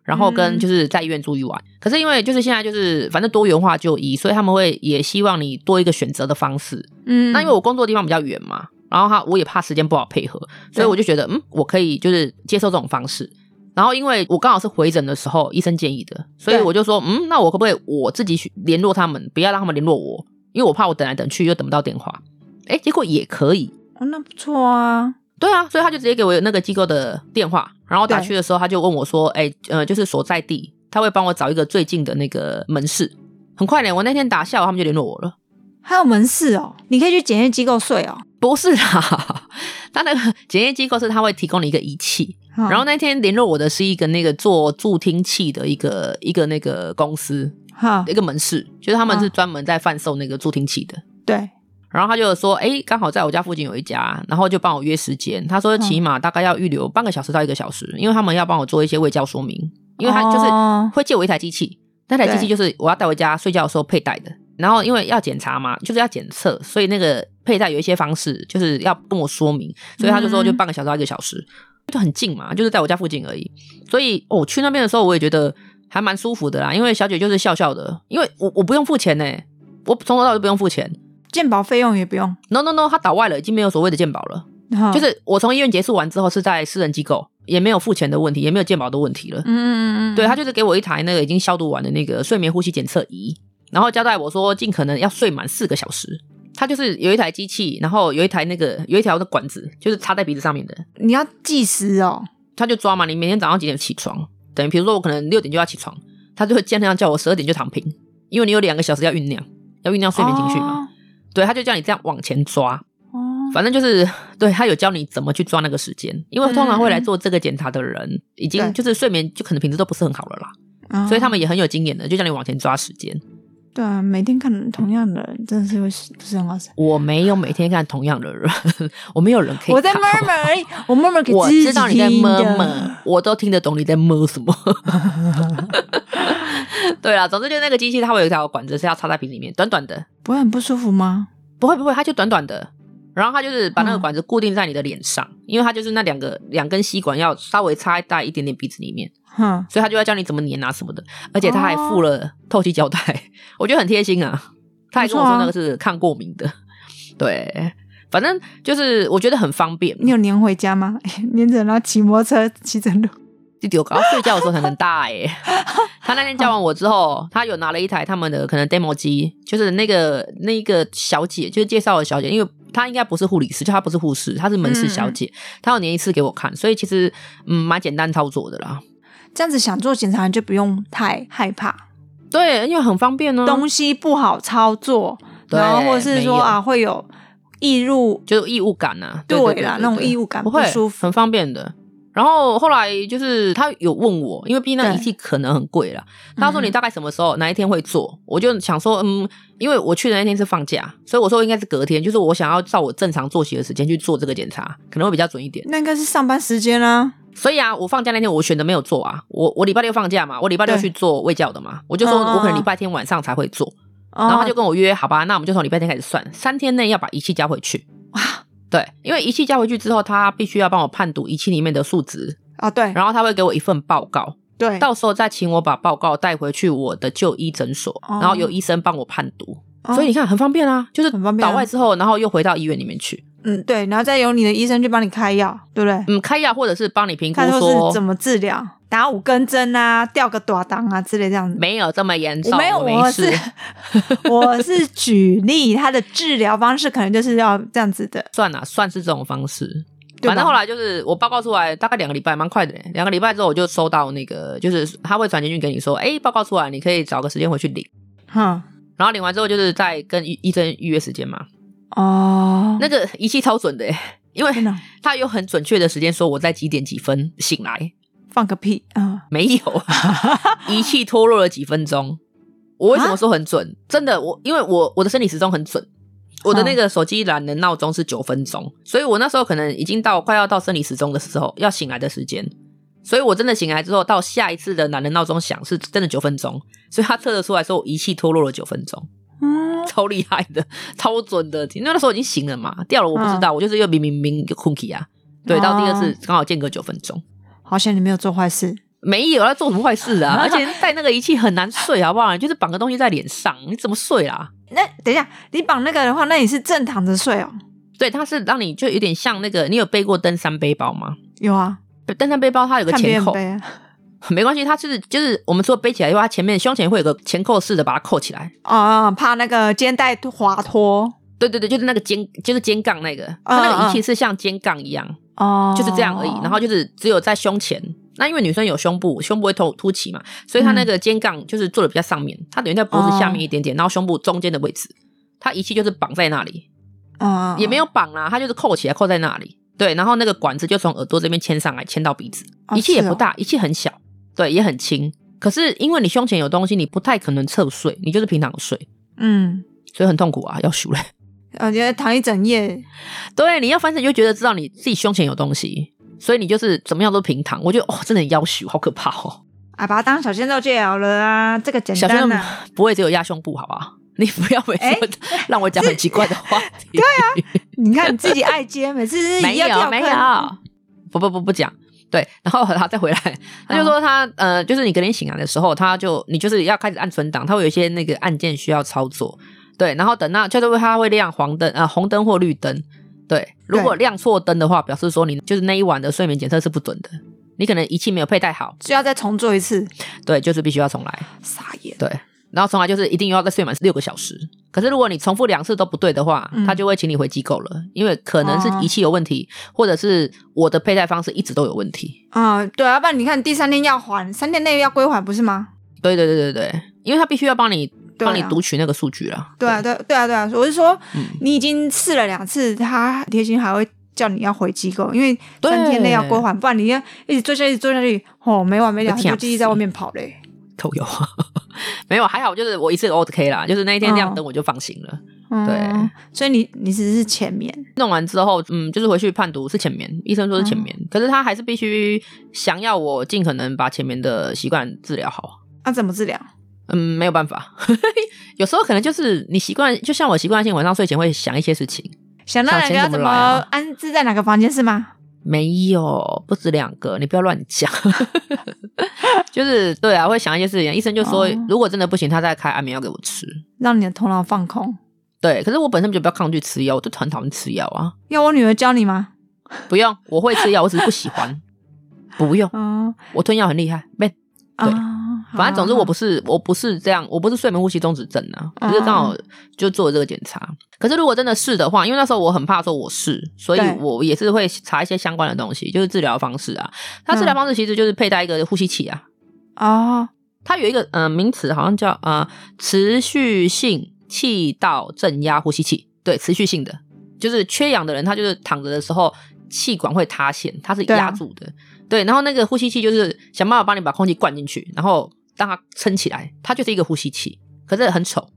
[SPEAKER 1] 然后跟
[SPEAKER 2] 嗯
[SPEAKER 1] 就是在医院住一晚。可是因为就是现在就是反正多元化就医，所以他们会也希望你多一个选择的方式。
[SPEAKER 2] 嗯，
[SPEAKER 1] 那因为我工作的地方比较远嘛，然后他我也怕时间不好配合，所以我就觉得嗯，我可以就是接受这种方式。然后因为我刚好是回诊的时候医生建议的，所以
[SPEAKER 2] 对
[SPEAKER 1] 我就说嗯，那我可不可以我自己去联络他们，不要让他们联络我，因为我怕我等来等去又等不到电话。哎，结果也可以，
[SPEAKER 2] 哦那不错啊，
[SPEAKER 1] 对啊，所以他就直接给我那个机构的电话，然后打
[SPEAKER 2] 对
[SPEAKER 1] 去的时候他就问我说，哎，呃，就是所在地，他会帮我找一个最近的那个门市。很快呢，我那天打下午他们就联络我了。
[SPEAKER 2] 还有门市哦，你可以去检验机构睡哦。
[SPEAKER 1] 不是啦， 他那个检验机构是他会提供你一个仪器，
[SPEAKER 2] 嗯
[SPEAKER 1] 然后那天联络我的是一个那个做助听器的一个一个那个公司
[SPEAKER 2] 哈，
[SPEAKER 1] 一个门市，就是他们是
[SPEAKER 2] 嗯
[SPEAKER 1] 专门在贩售那个助听器的。
[SPEAKER 2] 对，
[SPEAKER 1] 然后他就说，哎，刚好在我家附近有一家，然后就帮我约时间。他
[SPEAKER 2] 嗯
[SPEAKER 1] 说起码大概要预留半个小时到一个小时，因为他们要帮我做一些卫教说明，因为他就是
[SPEAKER 2] 哦
[SPEAKER 1] 会借我一台机器，那台机器
[SPEAKER 2] 对
[SPEAKER 1] 就是我要带回家睡觉的时候佩戴的。然后因为要检查嘛，就是要检测，所以那个佩戴有一些方式，就是要跟我说明，所以他就说
[SPEAKER 2] 嗯
[SPEAKER 1] 就半个小时到一个小时，就很近嘛，就是在我家附近而已。所以哦我、去那边的时候，我也觉得还蛮舒服的啦，因为小姐就是笑笑的，因为我我不用付钱呢、我从头到尾不用付钱。
[SPEAKER 2] 鉴保费用也不用，
[SPEAKER 1] No No No，他岛外了，已经没有所谓的鉴保了，
[SPEAKER 2] 哈
[SPEAKER 1] 就是我从医院结束完之后是在私人机构，也没有付钱的问题，也没有鉴保的问题了。
[SPEAKER 2] 嗯嗯嗯嗯，
[SPEAKER 1] 对他就是给我一台那个已经消毒完的那个睡眠呼吸检测仪，然后交代我说尽可能要睡满四个小时。他就是有一台机器，然后有一台那个有一条的管子，就是插在鼻子上面的，
[SPEAKER 2] 你要计时哦，
[SPEAKER 1] 他就抓嘛，你每天早上几点起床？等于比如说我可能六点就要起床，他就会尽量叫我十二点就躺平，因为你有两个小时要酝酿，要酝酿睡眠情绪嘛。对，他就叫你这样往前抓，
[SPEAKER 2] 哦。哦，
[SPEAKER 1] 反正就是对他有教你怎么去抓那个时间，因为通常会来做这个检查的人，已经
[SPEAKER 2] 嗯对
[SPEAKER 1] 就是睡眠就可能品质都不是很好了啦。
[SPEAKER 2] 啊
[SPEAKER 1] 所以他们也很有经验的，就叫你往前抓时间。
[SPEAKER 2] 对啊，每天看同样的人，真的是会不是很好睡。
[SPEAKER 1] 我没有每天看同样的人， 我没有人可以看。
[SPEAKER 2] 我 在 murmur 而已，我 murmur 给
[SPEAKER 1] 我
[SPEAKER 2] 自己
[SPEAKER 1] 知道你在
[SPEAKER 2] 听的
[SPEAKER 1] murmur，我都听得懂你在 murmur 什么。 对啦，总之就是那个机器，它会有一条管子是要插在瓶里面，短短的，
[SPEAKER 2] 不会很不舒服吗？
[SPEAKER 1] 不会不会，它就短短的。然后它就是把那个
[SPEAKER 2] 嗯
[SPEAKER 1] 管子固定在你的脸上，因为它就是那两个两根吸管要稍微插在一点点鼻子里面，
[SPEAKER 2] 哼，
[SPEAKER 1] 所以它就要教你怎么粘啊什么的，而且它还附了透气胶带，我觉得很贴心啊。他还跟我
[SPEAKER 2] 哦不错
[SPEAKER 1] 说
[SPEAKER 2] 啊
[SPEAKER 1] 那个是抗过敏的，对，反正就是我觉得很方便，
[SPEAKER 2] 你有粘回家吗？ 粘着然后骑摩托车骑着路，
[SPEAKER 1] 就丢搞到睡觉的时候才能戴、 欸。他那天教完我之后，他有拿了一台他们的可能 demo 机，就是那个那一个小姐，就是介绍的小姐，因为她应该不是护理师，就她不是护士，她是门市小姐，
[SPEAKER 2] 嗯
[SPEAKER 1] 她有粘一次给我看，所以其实嗯蛮简单操作的啦。
[SPEAKER 2] 这样子想做检查你就不用太害怕，
[SPEAKER 1] 对，因为很方便呢、啊
[SPEAKER 2] 东西不好操作，
[SPEAKER 1] 嗯对
[SPEAKER 2] 然后或是
[SPEAKER 1] 没有
[SPEAKER 2] 说啊会有易入
[SPEAKER 1] 就是异物感呐、啊，
[SPEAKER 2] 对
[SPEAKER 1] 对
[SPEAKER 2] 啦，那种异
[SPEAKER 1] 物
[SPEAKER 2] 物感
[SPEAKER 1] 不会
[SPEAKER 2] 舒服。
[SPEAKER 1] 很方便的。然后后来就是他有问我，因为毕竟那
[SPEAKER 2] 对嗯
[SPEAKER 1] 仪器可能很贵啦。他说你大概什么时候、哪一天会做？我就想说，嗯，因为我去的那天是放假，所以我说应该是隔天，就是我想要照我正常作息的时间去做这个检查，可能会比较准一点。
[SPEAKER 2] 那应该是上班时间啦、
[SPEAKER 1] 所以啊，我放假那天我选择没有做啊，我我礼拜六放假嘛，我礼拜六
[SPEAKER 2] 对
[SPEAKER 1] 去做卫教的嘛，我就说
[SPEAKER 2] 嗯嗯
[SPEAKER 1] 我可能
[SPEAKER 2] 嗯
[SPEAKER 1] 礼拜天晚上才会做，
[SPEAKER 2] 然
[SPEAKER 1] 然后他就跟我约，好吧，那我们就从礼拜天开始算，三天内要把仪器交回去。哇，对，因为仪器交回去之后，他必须要帮我判读仪器里面的数值，
[SPEAKER 2] 啊，对
[SPEAKER 1] 然后他会给我一份报告，
[SPEAKER 2] 对，
[SPEAKER 1] 到时候再请我把报告带回去我的就医诊所，
[SPEAKER 2] 哦
[SPEAKER 1] 然后由医生帮我判读。
[SPEAKER 2] 哦
[SPEAKER 1] 所以你看，很方便啊，就是
[SPEAKER 2] 很方便啊
[SPEAKER 1] 倒外之后，然后又回到医院里面去，
[SPEAKER 2] 嗯对，然后再由你的医生去帮你开药，对不对？
[SPEAKER 1] 嗯，开药或者是帮你评估
[SPEAKER 2] 看说是
[SPEAKER 1] 说
[SPEAKER 2] 怎么治疗，打五根针啊，吊个短档啊之类这样子。
[SPEAKER 1] 没有这么严
[SPEAKER 2] 我
[SPEAKER 1] 重，
[SPEAKER 2] 没有，
[SPEAKER 1] 没
[SPEAKER 2] 我
[SPEAKER 1] 事
[SPEAKER 2] 是。 我是举例，他的治疗方式可能就是要这样子的，
[SPEAKER 1] 算了、啊算是这种方式。
[SPEAKER 2] 对吧
[SPEAKER 1] 反正后来就是我报告出来，大概两个礼拜，蛮快的耶。两个礼拜之后，我就收到那个，就是他会传简讯给你说，哎、报告出来，你可以找个时间回去领。
[SPEAKER 2] 哼、
[SPEAKER 1] 然后领完之后，就是再跟医医生预约时间嘛。
[SPEAKER 2] 嗯哦，
[SPEAKER 1] 那个仪器超准的耶，因为
[SPEAKER 2] 真的哦
[SPEAKER 1] 他有很准确的时间说我在几点几分醒来，
[SPEAKER 2] 放个屁啊！
[SPEAKER 1] 没有，仪器脱落了几分钟。我为什么说很准？真的，我因为我我的生理时钟很准，我的那个手机懒人闹钟是九分钟，所以我那时候可能已经到快要到生理时钟的时候，要醒来的时间。所以我真的醒来之后，到下一次的懒人闹钟响是真的九分钟，所以他测得出来说我仪器脱落了九分钟，
[SPEAKER 2] 嗯，
[SPEAKER 1] 超厉害的，超准的。因为那时候已经醒了嘛，掉了我不知道，我就是又明明明就困起啊。对，到第二次
[SPEAKER 2] 哦
[SPEAKER 1] 刚好间隔九分钟。
[SPEAKER 2] 好险你没有做坏事，
[SPEAKER 1] 没有，要做什么坏事啊？而且戴那个仪器很难睡，好不好？你就是绑个东西在脸上，你怎么睡啊啦、
[SPEAKER 2] 那等一下，你绑那个的话，那你是正躺着睡哦？
[SPEAKER 1] 对，它是让你就有点像那个，你有背过登山背包吗？
[SPEAKER 2] 有啊，
[SPEAKER 1] 登山背包它有个
[SPEAKER 2] 看别
[SPEAKER 1] 前
[SPEAKER 2] 人
[SPEAKER 1] 扣，
[SPEAKER 2] 背啊
[SPEAKER 1] 没关系，它是就是我们说背起来的话，它前面胸前会有个前扣式的把它扣起来。
[SPEAKER 2] 哦，怕那个肩带滑脱
[SPEAKER 1] 对对对，就是那个肩，就是肩杠那个，它那个仪器是像肩杠一样，
[SPEAKER 2] 哦，
[SPEAKER 1] 就是这样而已。然后就是只有在胸前，那因为女生有胸部，胸部会凸凸起嘛，所以它那个肩杠就是做的比较上面，它等于在脖子下面一点点，然后胸部中间的位置，它仪器就是绑在那里，
[SPEAKER 2] 嗯
[SPEAKER 1] 也没
[SPEAKER 2] 有
[SPEAKER 1] 有绑啦、它就是扣起来扣在那里。对，然后那个管子就从耳朵这边牵上来，牵到鼻子。
[SPEAKER 2] 嗯哦
[SPEAKER 1] 仪器也不，大，仪器很小，对，也很轻。可是因为你胸前有东西，你不太可能侧睡，你就是平躺睡，
[SPEAKER 2] 是哦嗯，
[SPEAKER 1] 所以很痛苦啊，要输嘞。
[SPEAKER 2] 我觉得躺一整夜，
[SPEAKER 1] 对，你要翻身你就觉得知道你自己胸前有东西，所以你就是怎么样都平躺。我觉得哦，真的很要求，好可怕哦。
[SPEAKER 2] 啊，把它当小鲜肉就好了啊，这个简
[SPEAKER 1] 小
[SPEAKER 2] 单
[SPEAKER 1] 鲜肉
[SPEAKER 2] 啊。
[SPEAKER 1] 不会只有压胸部，好不好？你不要每次
[SPEAKER 2] 哎
[SPEAKER 1] 都让我讲很奇怪的话题。对
[SPEAKER 2] 你看你自己爱接，每次是
[SPEAKER 1] 没
[SPEAKER 2] 一要
[SPEAKER 1] 有
[SPEAKER 2] 掉
[SPEAKER 1] 没
[SPEAKER 2] 坑
[SPEAKER 1] 有，不不不不讲。对， 然后他再回来，他就说他、呃，就是你隔天醒来的时候，他呃就你就是要开始按存档，他会有一些那个按键需要操作。对，然后等到就是他会亮黄灯呃红灯或绿灯。对，如果亮错灯的话，表示说你就是那一晚的睡眠检测是不准的，你可能仪器没有佩戴好，
[SPEAKER 2] 就要再重做一次，
[SPEAKER 1] 对，就是必须要重来。
[SPEAKER 2] 傻眼。
[SPEAKER 1] 对，然后重来就是一定要再睡满六个小时。可是如果你重复两次都不对的话，
[SPEAKER 2] 嗯
[SPEAKER 1] 他就会请你回机构了，因为可能是
[SPEAKER 2] 哦
[SPEAKER 1] 仪器有问题，或者是我的佩戴方式一直都有问题。
[SPEAKER 2] 啊、对啊，要不然你看第三天要还，三天内要归还，不是吗？
[SPEAKER 1] 对对对对对，因为他必须要帮你
[SPEAKER 2] 对啊
[SPEAKER 1] 帮你读取那个数据啦。
[SPEAKER 2] 对啊，对对啊，对啊，我是说，
[SPEAKER 1] 嗯
[SPEAKER 2] 你已经试了两次，他贴心还会叫你要回机构，因为
[SPEAKER 1] 对
[SPEAKER 2] 三天内要归还，不然你要一直做下去，一直做下去，哦，没完没了，
[SPEAKER 1] 会
[SPEAKER 2] 你
[SPEAKER 1] 痛
[SPEAKER 2] 就继续在外面跑嘞。
[SPEAKER 1] 都有， 没有还好，就是我一次 OK 啦，就是那一天亮
[SPEAKER 2] 哦
[SPEAKER 1] 灯我就放心了。
[SPEAKER 2] 嗯，所以你你只是前面
[SPEAKER 1] 弄完之后，嗯，就是回去判读是前面，医生说是前
[SPEAKER 2] 嗯
[SPEAKER 1] 面，可是他还是必须想要我尽可能把前面的习惯治疗好。
[SPEAKER 2] 那、怎么治疗？
[SPEAKER 1] 嗯，没有办法， 有时候可能就是你习惯，就像我习惯性晚上睡前会想一些事情。
[SPEAKER 2] 想到
[SPEAKER 1] 小
[SPEAKER 2] 哪个
[SPEAKER 1] 钱
[SPEAKER 2] 要
[SPEAKER 1] 怎
[SPEAKER 2] 怎
[SPEAKER 1] 么来啊
[SPEAKER 2] 么安置在哪个房间是吗？
[SPEAKER 1] 没有，不止两个，你不要乱讲。 就是对啊，会想一些事情。医生就说，
[SPEAKER 2] 哦
[SPEAKER 1] 如果真的不行，他再开安眠药给我吃。
[SPEAKER 2] 让你的头脑放空。
[SPEAKER 1] 对，可是我本身就比较抗拒吃药，我就很讨厌吃药啊。
[SPEAKER 2] 要我女儿教你吗？
[SPEAKER 1] 不用，我会吃药，我只是不喜欢。不用，
[SPEAKER 2] 嗯
[SPEAKER 1] 我吞药很厉害。没，
[SPEAKER 2] 啊，
[SPEAKER 1] 反正总之我
[SPEAKER 2] 好
[SPEAKER 1] 不是，我不是这样，我不是睡眠呼吸中止症啊，就是刚好就做这个检查。可是如果真的是的话，因为那时候我很怕说我是，所以
[SPEAKER 2] 对
[SPEAKER 1] 我也是会查一些相关的东西，就是治疗方式啊。它
[SPEAKER 2] 嗯
[SPEAKER 1] 治疗方式其实就是佩戴一个呼吸器啊，
[SPEAKER 2] 哦，
[SPEAKER 1] 它有一个呃名词，好像叫呃持续性气道正压呼吸器，对，持续性的，就是缺氧的人，他就是躺着的时候气管会塌陷，它是
[SPEAKER 2] 对啊
[SPEAKER 1] 压住的，对，然后那个呼吸器就是想办法帮你把空气灌进去，然后让它撑起来，它就是一个呼吸器，可是很丑，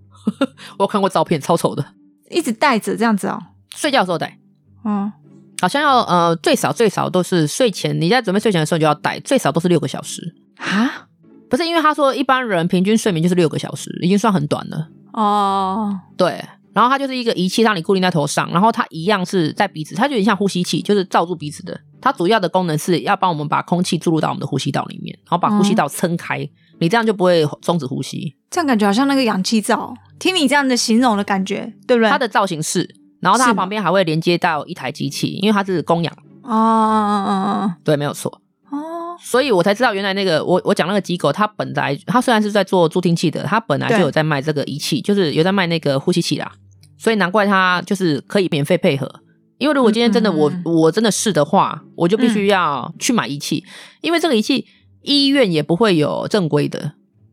[SPEAKER 1] 我有看过照片，超丑的，
[SPEAKER 2] 一直带着这样子哦，
[SPEAKER 1] 睡觉的时候戴，
[SPEAKER 2] 嗯，
[SPEAKER 1] 好像要呃最少最少都是睡前，你在准备睡前的时候就要戴，最少都是六个小时。
[SPEAKER 2] 啊？
[SPEAKER 1] 不是因为他说一般人平均睡眠就是六个小时，已经算很短了。
[SPEAKER 2] 哦，
[SPEAKER 1] 对，然后它就是一个仪器，让你固定在头上，然后它一样是在鼻子，它就有点像呼吸器，就是罩住鼻子的。它主要的功能是要帮我们把空气注入到我们的呼吸道里面，然后把呼吸
[SPEAKER 2] 嗯
[SPEAKER 1] 道撑开，你这样就不会终止呼吸。
[SPEAKER 2] 这样感觉好像那个氧气罩。听你这样的形容的感觉，对不对？
[SPEAKER 1] 它的造型是，然后它
[SPEAKER 2] 是
[SPEAKER 1] 旁边还会连接到一台机器，因为它是供氧，
[SPEAKER 2] 哦哦
[SPEAKER 1] 对，没有错。
[SPEAKER 2] 哦哦
[SPEAKER 1] 所以我才知道，原来那个我我讲那个机构，它本来它虽然是在做助听器的，它本来就
[SPEAKER 2] 对
[SPEAKER 1] 有在卖这个仪器，就是有在卖那个呼吸器啦。所以难怪它就是可以免费配合。因为如果今天真的我、
[SPEAKER 2] 嗯嗯
[SPEAKER 1] 我真的是的话，我就必须要去买仪器，因为这个仪器医院也不会有正规的，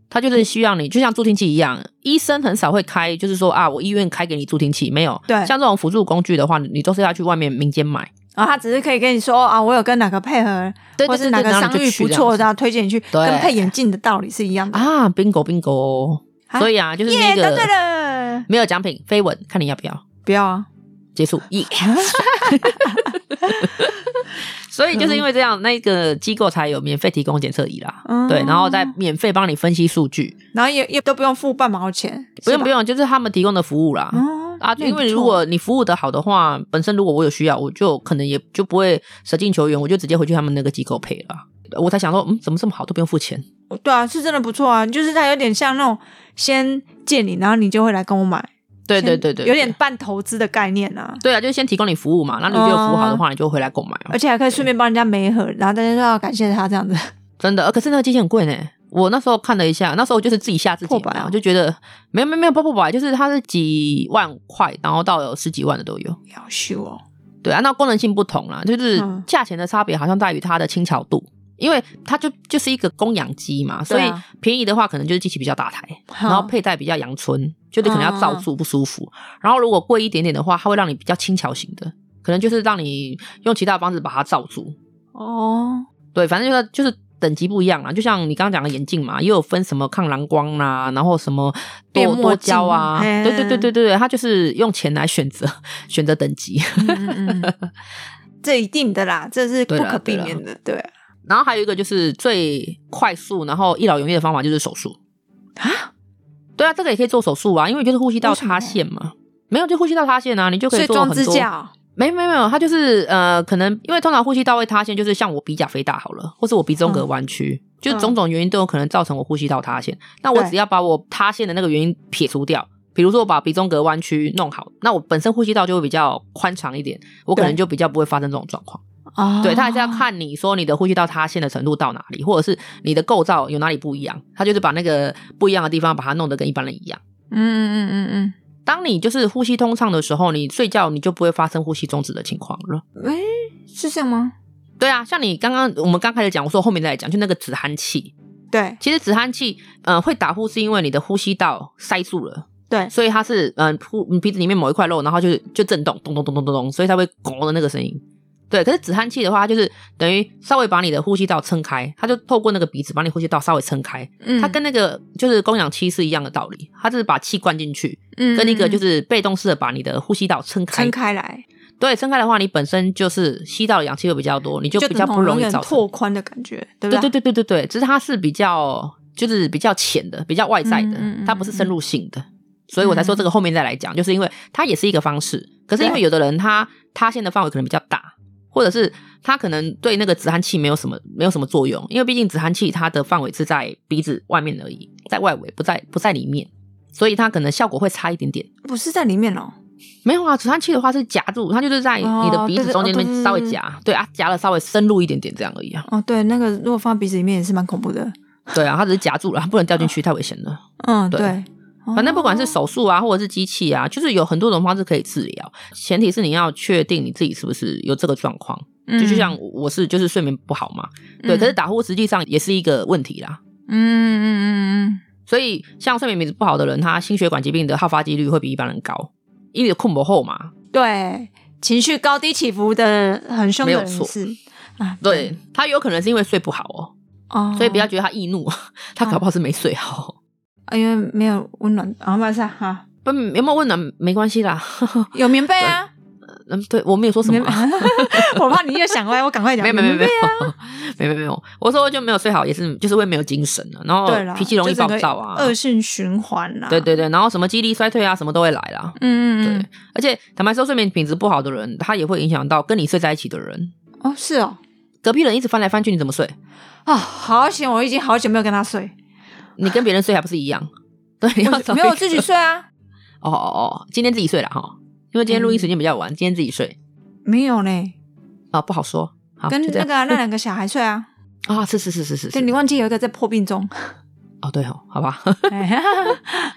[SPEAKER 1] 它就是需要你就像助听器一样，医生很少会开，就是说啊，我医院开给你助听器没有？
[SPEAKER 2] 对
[SPEAKER 1] 像这种辅助工具的话，你都是要去外面民间买。
[SPEAKER 2] 然后哦他只是可以跟你说啊，我有跟哪个配合，
[SPEAKER 1] 对
[SPEAKER 2] 或
[SPEAKER 1] 对
[SPEAKER 2] 是
[SPEAKER 1] 对，
[SPEAKER 2] 哪
[SPEAKER 1] 对
[SPEAKER 2] 个
[SPEAKER 1] 然后
[SPEAKER 2] 商
[SPEAKER 1] 你就
[SPEAKER 2] 誉
[SPEAKER 1] 去
[SPEAKER 2] 不
[SPEAKER 1] 这样
[SPEAKER 2] 错
[SPEAKER 1] 子
[SPEAKER 2] 的啊，推荐你去，
[SPEAKER 1] 对
[SPEAKER 2] 跟配眼镜的道理是一样的。
[SPEAKER 1] 啊，bingo bingo，、
[SPEAKER 2] 啊
[SPEAKER 1] 所以啊，就是
[SPEAKER 2] 耶，
[SPEAKER 1] 那
[SPEAKER 2] 答
[SPEAKER 1] 个
[SPEAKER 2] 对了，
[SPEAKER 1] 没有奖品，飞吻，看你要不要
[SPEAKER 2] 不要啊，
[SPEAKER 1] 结 束。耶 所以就是因为这样，那个机构才有免费提供检测仪啦，
[SPEAKER 2] 嗯
[SPEAKER 1] 对，然后再免费帮你分析数据，
[SPEAKER 2] 然后也也都不用付半毛钱，
[SPEAKER 1] 不用不
[SPEAKER 2] 是吧，
[SPEAKER 1] 用，就是他们提供的服务啦。
[SPEAKER 2] 哦
[SPEAKER 1] 啊，
[SPEAKER 2] 那也
[SPEAKER 1] 因
[SPEAKER 2] 不
[SPEAKER 1] 为
[SPEAKER 2] 错
[SPEAKER 1] 如果你服务的好的话，本身如果我有需要，我就可能也就不会舍近求远，我就直接回去他们那个机构配了。我才想说，嗯，怎么这么好，都不用付钱？
[SPEAKER 2] 对啊，是真的不错啊，就是它有点像那种先借你，然后你就会来跟我买，
[SPEAKER 1] 对对
[SPEAKER 2] 先
[SPEAKER 1] 对对，
[SPEAKER 2] 有
[SPEAKER 1] 对
[SPEAKER 2] 点半投资的概念啊，
[SPEAKER 1] 对啊，就是先提供你服务嘛，那你觉得服务好的话，你就回来购买嘛
[SPEAKER 2] 而。且还可以顺便帮人家媒合，然后大家就要感谢他这样子，
[SPEAKER 1] 真的，呃可是那个机器很贵呢。我那时候看了一下，那时候我就是自己吓自己
[SPEAKER 2] 破百
[SPEAKER 1] 嘛，
[SPEAKER 2] 啊
[SPEAKER 1] 我就觉得没有没有没有破不百，就是它是几万块，然后到有十几万的都有。
[SPEAKER 2] 要修哦，
[SPEAKER 1] 对啊，那功能性不同啦，就是
[SPEAKER 2] 嗯
[SPEAKER 1] 价钱的差别好像在于它的轻巧度，因为它就就是一个供氧机嘛，所
[SPEAKER 2] 对
[SPEAKER 1] 以
[SPEAKER 2] 啊嗯
[SPEAKER 1] 便宜的话可能就是机器比较大台，
[SPEAKER 2] 好
[SPEAKER 1] 然后佩戴比较阳春，就是可能要罩住不舒服。
[SPEAKER 2] 嗯
[SPEAKER 1] 然后如果贵一点点的话，它会让你比较轻巧型的，可能就是让你用其他方式把它罩住。
[SPEAKER 2] 哦，
[SPEAKER 1] 对，反正就是就是等级不一样啦。就像你刚刚讲的眼镜嘛，也有分什么抗蓝光啦、然后什么
[SPEAKER 2] 变
[SPEAKER 1] 多
[SPEAKER 2] 墨
[SPEAKER 1] 多焦啊，
[SPEAKER 2] 镜
[SPEAKER 1] 对
[SPEAKER 2] 啊
[SPEAKER 1] 对对对对，它就是用钱来选择选择等级。
[SPEAKER 2] 嗯嗯嗯 这一定的啦，这是不
[SPEAKER 1] 对啦
[SPEAKER 2] 可避
[SPEAKER 1] 对啦
[SPEAKER 2] 免的，对啊
[SPEAKER 1] 然后还有一个就是最快速，然后一劳永逸的方法就是手术。
[SPEAKER 2] 啊，
[SPEAKER 1] 对啊，这个也可以做手术啊，因为就是呼吸道塌陷嘛。没有，就呼吸道塌陷啊，你就可
[SPEAKER 2] 所以
[SPEAKER 1] 以做
[SPEAKER 2] 装
[SPEAKER 1] 很
[SPEAKER 2] 支
[SPEAKER 1] 多。
[SPEAKER 2] 架哦
[SPEAKER 1] 没没没有，它就是呃，可能因为通常呼吸道会塌陷，就是像我鼻甲肥大好了，或是我鼻中隔弯曲，就是种种原因都有可能造成我呼吸道塌陷。那我
[SPEAKER 2] 嗯对
[SPEAKER 1] 只要把我塌陷的那个原因撇除掉，比如说我把鼻中隔弯曲弄好，那我本身呼吸道就会比较宽敞一点，我可能
[SPEAKER 2] 对
[SPEAKER 1] 就比较不会发生这种状况。
[SPEAKER 2] 啊，
[SPEAKER 1] 对，它还是要看你说你的呼吸道塌陷的程度到哪里，或者是你的构造有哪里不一样，它就是把那个不一样的地方把它弄得跟一般人一样。
[SPEAKER 2] 嗯，嗯嗯嗯嗯。
[SPEAKER 1] 当你就是呼吸通畅的时候，你睡觉你就不会发生呼吸终止的情况了。
[SPEAKER 2] 哎，
[SPEAKER 1] 嗯
[SPEAKER 2] 是这样吗？
[SPEAKER 1] 对啊，像你刚刚我们刚开始讲，我说后面再来讲，就那个止鼾器。
[SPEAKER 2] 对
[SPEAKER 1] 其实止鼾器，呃，会打呼是因为你的呼吸道塞住了，
[SPEAKER 2] 对，
[SPEAKER 1] 所以它是嗯、呃呼你鼻子里面某一块肉，然后就就震动，咚咚咚咚咚咚，所以它会拱的那个声音。对，可是止鼾器的话，它就是等于稍微把你的呼吸道撑开，它就透过那个鼻子把你呼吸道稍微撑开。
[SPEAKER 2] 嗯
[SPEAKER 1] 它跟那个就是供氧期是一样的道理，它就是把气灌进去，
[SPEAKER 2] 跟
[SPEAKER 1] 跟那个就是是被动式的把你的呼吸道撑开
[SPEAKER 2] 嗯撑。开来，
[SPEAKER 1] 对，撑开的话，你本身就是吸到的氧气会比较多，你就比较不容易造成
[SPEAKER 2] 拓宽的感觉，对啊不
[SPEAKER 1] 对对对对对对，只是它是比较就是比较浅的，比较外在的，
[SPEAKER 2] 嗯嗯嗯嗯
[SPEAKER 1] 它不是深入性的，所以我才说这个后面再来讲，就是因为它也是一个方式，可是因为
[SPEAKER 2] 对
[SPEAKER 1] 有的人他塌陷的范围可能比较大，或者是他可能对那个止鼾器没有什么没有什么作用，因为毕竟止鼾器它的范围是在鼻子外面而已，在外围不在不在里面，所以它可能效果会差一点点。
[SPEAKER 2] 不是在里面哦。
[SPEAKER 1] 没有啊，止鼾器的话是夹住，它就是在你的
[SPEAKER 2] 哦
[SPEAKER 1] 鼻
[SPEAKER 2] 对
[SPEAKER 1] 子
[SPEAKER 2] 对
[SPEAKER 1] 中间那
[SPEAKER 2] 哦对
[SPEAKER 1] 边
[SPEAKER 2] 对
[SPEAKER 1] 稍微
[SPEAKER 2] 对
[SPEAKER 1] 夹，对啊，夹了稍微深入一点点这样而已啊。
[SPEAKER 2] 哦，对，那个如果放鼻子里面也是蛮恐怖的。
[SPEAKER 1] 对啊，它只是夹住了，它不能掉进
[SPEAKER 2] 哦
[SPEAKER 1] 去，太危险了。
[SPEAKER 2] 嗯，
[SPEAKER 1] 对
[SPEAKER 2] 对，
[SPEAKER 1] 反正不管是
[SPEAKER 2] 哦
[SPEAKER 1] 手术啊，或者是机器啊，就是有很多种方式可以治疗，前提是你要确定你自己是不是有这个状况。就就像我我是就是睡眠不好嘛，对，
[SPEAKER 2] 嗯
[SPEAKER 1] 可是打呼实际上也是一个问题啦。
[SPEAKER 2] 嗯嗯嗯嗯
[SPEAKER 1] 所以像睡眠品质不好的人，他心血管疾病的好发几率会比一般人高，因为有困不后嘛。
[SPEAKER 2] 嗯，对，情绪高低起伏的很凶
[SPEAKER 1] 没有
[SPEAKER 2] 的人
[SPEAKER 1] 错
[SPEAKER 2] 是啊，
[SPEAKER 1] 对，他有可能是因为睡不好哦，
[SPEAKER 2] 哦，
[SPEAKER 1] 所以不要觉得他易怒， 他搞不好是没睡好。
[SPEAKER 2] 啊，因为没有温暖啊，没事哈，
[SPEAKER 1] 不，有没有温暖没关系啦。
[SPEAKER 2] 有棉被啊，
[SPEAKER 1] 嗯，对我没有说什
[SPEAKER 2] 没
[SPEAKER 1] 么啊、
[SPEAKER 2] 我怕你又啊想歪，我赶快讲。
[SPEAKER 1] 没有没有没有没有，没有没有， 我说就没有睡好，也是就是会没有精神啊，然后
[SPEAKER 2] 对啦，
[SPEAKER 1] 脾气容易
[SPEAKER 2] 就整
[SPEAKER 1] 暴
[SPEAKER 2] 个
[SPEAKER 1] 躁啊，
[SPEAKER 2] 恶性循环啦。
[SPEAKER 1] 对，对对，然后什么记忆力衰退啊，什么都会来啦。
[SPEAKER 2] 啊嗯嗯
[SPEAKER 1] 对，而且坦白说，睡眠品质不好的人，他也会影响到跟你睡在一起的人。
[SPEAKER 2] 嗯，哦是哦，
[SPEAKER 1] 隔壁人一直翻来翻去，你怎么睡？
[SPEAKER 2] 啊好险，我已经好久没有跟他睡，
[SPEAKER 1] 你跟别人睡还不是一样？ 对，你 要找
[SPEAKER 2] 我没
[SPEAKER 1] 一
[SPEAKER 2] 有
[SPEAKER 1] 个
[SPEAKER 2] 自己睡啊，
[SPEAKER 1] 哦哦哦，今天自己睡了哈，因为今天
[SPEAKER 2] 嗯
[SPEAKER 1] 录音时间比较晚，今天自己睡
[SPEAKER 2] 没有呢，
[SPEAKER 1] 啊，不好说。好，
[SPEAKER 2] 跟
[SPEAKER 1] 就这
[SPEAKER 2] 那
[SPEAKER 1] 样
[SPEAKER 2] 个啊那两个小孩睡 啊。
[SPEAKER 1] 啊，是是是是是
[SPEAKER 2] 对
[SPEAKER 1] 是，
[SPEAKER 2] 你忘记有一个在破病 中，
[SPEAKER 1] 哦对哦，好吧，
[SPEAKER 2] 哎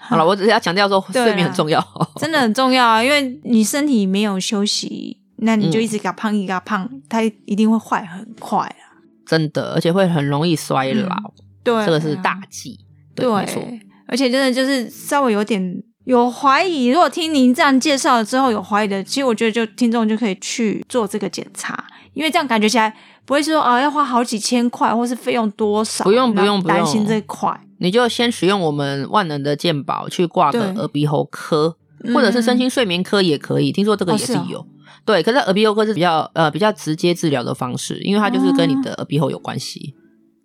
[SPEAKER 1] 好了，我只是要强调说
[SPEAKER 2] 对啦
[SPEAKER 1] 睡眠很重要。
[SPEAKER 2] 真的很重要啊，因为你身体没有休息，那你就
[SPEAKER 1] 嗯
[SPEAKER 2] 一直嘎胖一嘎胖，它一定会坏很快啊。
[SPEAKER 1] 真的，而且会很容易衰
[SPEAKER 2] 嗯
[SPEAKER 1] 老，
[SPEAKER 2] 对，啊
[SPEAKER 1] 这个是大忌。
[SPEAKER 2] 对，
[SPEAKER 1] 没错，
[SPEAKER 2] 而且真的就是稍微有点有怀疑，如果听您这样介绍了之后有怀疑的，其实我觉得就听众就可以去做这个检查，因为这样感觉起来不会说啊、要花好几千块，或是费用多少，
[SPEAKER 1] 不用不用
[SPEAKER 2] 然后
[SPEAKER 1] 不用
[SPEAKER 2] 担心这一块，
[SPEAKER 1] 你就先使用我们万能的健保去挂个
[SPEAKER 2] 对嗯
[SPEAKER 1] 耳鼻喉科，或者是身心睡眠科也可以。听说这个
[SPEAKER 2] 哦
[SPEAKER 1] 也
[SPEAKER 2] 是
[SPEAKER 1] 是
[SPEAKER 2] 哦
[SPEAKER 1] 有，对。可是耳鼻喉科是比较呃比较直接治疗的方式，因为它就是跟你
[SPEAKER 2] 哦
[SPEAKER 1] 的耳鼻喉有关系。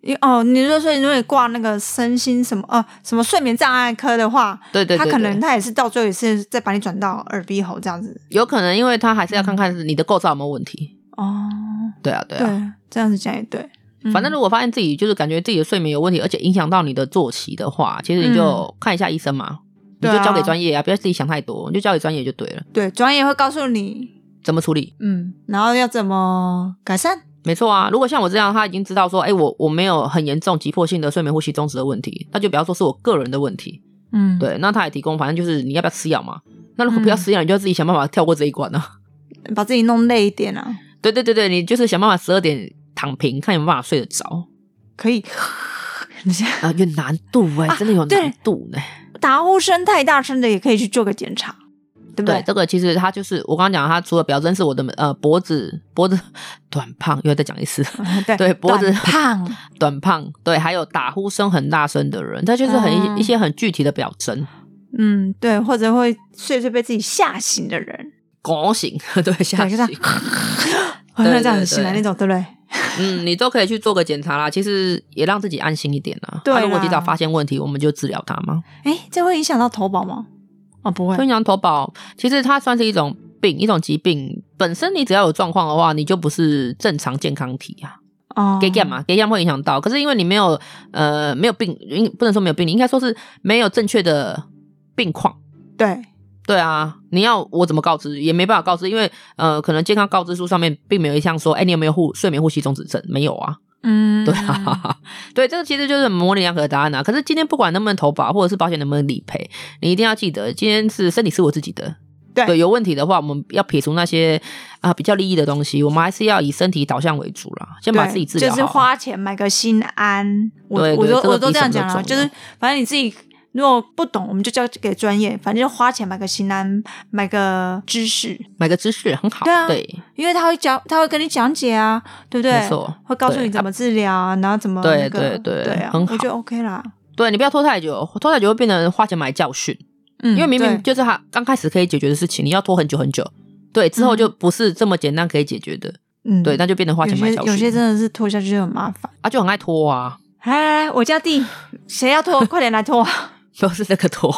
[SPEAKER 2] 因哦，你就说如果你挂那个身心什么呃什么睡眠障碍科的话，
[SPEAKER 1] 对对对
[SPEAKER 2] 他可
[SPEAKER 1] 对
[SPEAKER 2] 能他也是到最后也是再把你转到耳鼻喉这样子
[SPEAKER 1] 有可能因为它还是要看看你的构造有没有问题。
[SPEAKER 2] 哦，
[SPEAKER 1] 对啊，对
[SPEAKER 2] 对
[SPEAKER 1] 啊。
[SPEAKER 2] 这样子讲也对，嗯
[SPEAKER 1] 反正如果发现自己就是感觉自己的睡眠有问题，而且影响到你的作息的话，其实你就看一下医生嘛，你
[SPEAKER 2] 嗯对啊
[SPEAKER 1] 就交给专业啊，不要自己想太多，你就交给专业就对了。
[SPEAKER 2] 对专业会告诉你，
[SPEAKER 1] 怎么处理？
[SPEAKER 2] 嗯，然后要怎么改善，
[SPEAKER 1] 没错啊，如果像我这样，他已经知道说，哎、我我没有很严重急迫性的睡眠呼吸中止的问题，那就不要说是我个人的问题。
[SPEAKER 2] 嗯，
[SPEAKER 1] 对，那他也提供，反正就是你要不要吃药嘛？那如果
[SPEAKER 2] 嗯
[SPEAKER 1] 不要吃药，你就要自己想办法跳过这一关啊。
[SPEAKER 2] 把自己弄累一点啊，
[SPEAKER 1] 对对对对，你就是想办法十二点躺平，看有没有办法睡得着。
[SPEAKER 2] 可以。 你现在
[SPEAKER 1] 啊，有难度哎、
[SPEAKER 2] 啊
[SPEAKER 1] 真的有
[SPEAKER 2] 对
[SPEAKER 1] 难度欸呢、
[SPEAKER 2] 打呼声太大声的也可以去做个检查，对不
[SPEAKER 1] 对，这个其实他就是我刚刚讲，他除了表征是我的呃脖子脖子短胖，又要再讲一次。
[SPEAKER 2] 嗯 对
[SPEAKER 1] 对脖子
[SPEAKER 2] 短胖，
[SPEAKER 1] 短胖，对，还有打呼声很大声的人，这就是很一、
[SPEAKER 2] 嗯
[SPEAKER 1] 一些很具体的表征。
[SPEAKER 2] 嗯，对，或者会睡睡被自己吓醒的人，
[SPEAKER 1] 拱形， 对，
[SPEAKER 2] 对，
[SPEAKER 1] 下
[SPEAKER 2] 就这样
[SPEAKER 1] 行，
[SPEAKER 2] 好像这
[SPEAKER 1] 对
[SPEAKER 2] 样
[SPEAKER 1] 对
[SPEAKER 2] 很醒来
[SPEAKER 1] 对
[SPEAKER 2] 那种，对不对？
[SPEAKER 1] 嗯，你都可以去做个检查啦。其实也让自己安心一点啦。
[SPEAKER 2] 对啦
[SPEAKER 1] 啊如果及早发现问题，我们就治疗它嘛。
[SPEAKER 2] 哎，这会影响到投保吗？哦，不会
[SPEAKER 1] 所以，讲投保，其实它算是一种病，一种疾病。本身你只要有状况的话，你就不是正常健康体啊。
[SPEAKER 2] 哦，
[SPEAKER 1] 给干？嘛？给干会影响到，可是因为你没有呃没有病，应不能说没有病，应该说是没有正确的病况。
[SPEAKER 2] 对，
[SPEAKER 1] 对啊，你要我怎么告知也没办法告知，因为呃，可能健康告知书上面并没有一项说，哎、你有没有呼睡眠呼吸中止症？没有啊，
[SPEAKER 2] 嗯，
[SPEAKER 1] 对啊，对，这个其实就是模棱两可的答案啊。可是今天不管能不能投保，或者是保险能不能理赔，你一定要记得，今天是身体是我自己的。
[SPEAKER 2] 对
[SPEAKER 1] 有问题的话，我们要撇除那些啊、比较利益的东西，我们还是要以身体导向为主啦，先
[SPEAKER 2] 对，
[SPEAKER 1] 把自己治疗
[SPEAKER 2] 就是
[SPEAKER 1] 好
[SPEAKER 2] 花钱买个心安。我
[SPEAKER 1] 对
[SPEAKER 2] 我
[SPEAKER 1] 对
[SPEAKER 2] 都
[SPEAKER 1] 这个
[SPEAKER 2] 我都
[SPEAKER 1] 比
[SPEAKER 2] 这样
[SPEAKER 1] 什么
[SPEAKER 2] 讲
[SPEAKER 1] 都
[SPEAKER 2] 了，
[SPEAKER 1] 重
[SPEAKER 2] 就
[SPEAKER 1] 要
[SPEAKER 2] 是反正你自己如果不懂，我们就交给专业，反正就花钱买个心安，买个知识，
[SPEAKER 1] 买个知识很好，
[SPEAKER 2] 对啊
[SPEAKER 1] 对
[SPEAKER 2] 因为他会讲，他会跟你讲解啊，对不对？
[SPEAKER 1] 没错
[SPEAKER 2] 会告诉
[SPEAKER 1] 对
[SPEAKER 2] 你怎么治疗啊，然后怎么
[SPEAKER 1] 对
[SPEAKER 2] 那个
[SPEAKER 1] 对对
[SPEAKER 2] 对啊，
[SPEAKER 1] 很
[SPEAKER 2] 我觉得 OK 啦。
[SPEAKER 1] 对你不要拖太久，拖太久会变成花钱买教训，
[SPEAKER 2] 嗯，
[SPEAKER 1] 因为明
[SPEAKER 2] 对
[SPEAKER 1] 明就是他刚开始可以解决的事情，你要拖很久很久，对，之后就不是这么简单可以解决的，
[SPEAKER 2] 嗯
[SPEAKER 1] 对，那就变成花
[SPEAKER 2] 有
[SPEAKER 1] 钱买
[SPEAKER 2] 些
[SPEAKER 1] 教
[SPEAKER 2] 有些
[SPEAKER 1] 训，
[SPEAKER 2] 真的是拖下去就很麻烦。
[SPEAKER 1] 啊，就很爱拖啊，
[SPEAKER 2] 来来来，我家弟，谁要拖， 快点来拖。
[SPEAKER 1] 不是这个拖，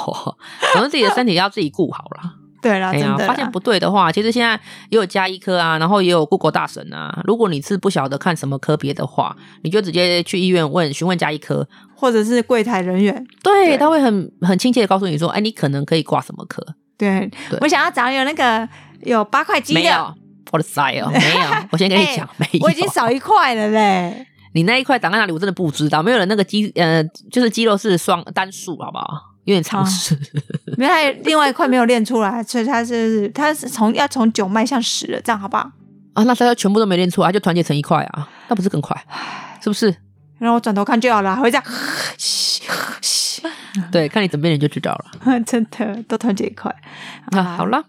[SPEAKER 1] 总之自己的身体要自己顾好 啦。
[SPEAKER 2] 对啦，
[SPEAKER 1] 哎
[SPEAKER 2] 啊真
[SPEAKER 1] 呀，
[SPEAKER 2] 的啦
[SPEAKER 1] 发现不对的话，其实现在也有加医科啊，然后也有 Google 大神啊，如果你是不晓得看什么科别的话，你就直接去医院问询问加医科，
[SPEAKER 2] 或者是柜台人员。对
[SPEAKER 1] 对，他会很很亲切的告诉你说，哎，你可能可以挂什么科，
[SPEAKER 2] 对，
[SPEAKER 1] 对
[SPEAKER 2] 我想要找有那个有八块肌
[SPEAKER 1] 没
[SPEAKER 2] 的，哎
[SPEAKER 1] 有，我的塞哦，没 有，我先跟你讲，没有，
[SPEAKER 2] 我已经少一块了 嘞。
[SPEAKER 1] 你那一块挡在哪里，我真的不知道，没有人那个肌呃，就是肌肉是双单数，好不好？有
[SPEAKER 2] 啊
[SPEAKER 1] 点常识，
[SPEAKER 2] 没有，还有另外一块没有练出来，所以他是他是从要从九迈向十了，这样好不好？
[SPEAKER 1] 啊，那大家全部都没练出来，就团结成一块啊，那不是更快？是不是？
[SPEAKER 2] 然后我转头看就好了，还会这样，
[SPEAKER 1] 对，看你怎么练你就知道了。
[SPEAKER 2] 真的都团结一块。
[SPEAKER 1] 那、啊、好了，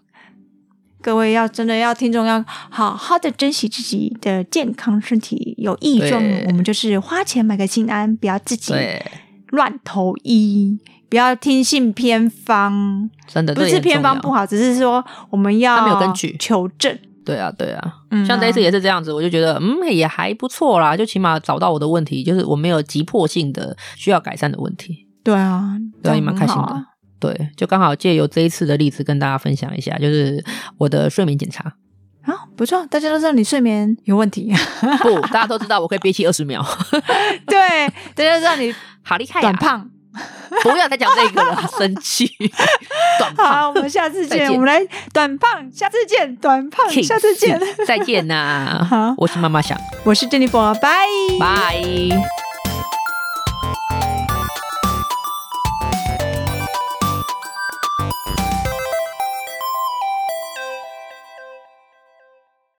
[SPEAKER 2] 各位要真的要听众要好好的珍惜自己的健康身体，有异状
[SPEAKER 1] 对
[SPEAKER 2] 我们就是花钱买个心安，不要自己
[SPEAKER 1] 对，
[SPEAKER 2] 乱投医，不要听信偏方。
[SPEAKER 1] 真的
[SPEAKER 2] 不是偏方不
[SPEAKER 1] 好，
[SPEAKER 2] 好，只是说我们要
[SPEAKER 1] 它没有根据
[SPEAKER 2] 求证。
[SPEAKER 1] 对啊，对啊，
[SPEAKER 2] 嗯
[SPEAKER 1] 像这一次
[SPEAKER 2] 啊
[SPEAKER 1] 也是这样子，我就觉得嗯也还不错啦，就起码找到我的问题，就是我没有急迫性的需要改善的问题，
[SPEAKER 2] 对啊，
[SPEAKER 1] 对啊，也
[SPEAKER 2] 你
[SPEAKER 1] 蛮开心的。对，就刚好借由这一次的例子跟大家分享一下，就是我的睡眠检查。
[SPEAKER 2] 啊，不错，大家都知道你睡眠有问 题，
[SPEAKER 1] 不，大家都知道我可以憋气二十秒，
[SPEAKER 2] 对，大家都知道你
[SPEAKER 1] 好厉害呀、
[SPEAKER 2] 短胖。
[SPEAKER 1] 不要再讲这个了，生气。短胖，
[SPEAKER 2] 好，我们下次
[SPEAKER 1] 再
[SPEAKER 2] 见，
[SPEAKER 1] 见
[SPEAKER 2] 我们来短胖，下次见，短胖，
[SPEAKER 1] Kiss
[SPEAKER 2] 下次见。，
[SPEAKER 1] 再见呐、
[SPEAKER 2] 好
[SPEAKER 1] 我是妈妈想，
[SPEAKER 2] 我是 Jennifer，拜。
[SPEAKER 1] 拜。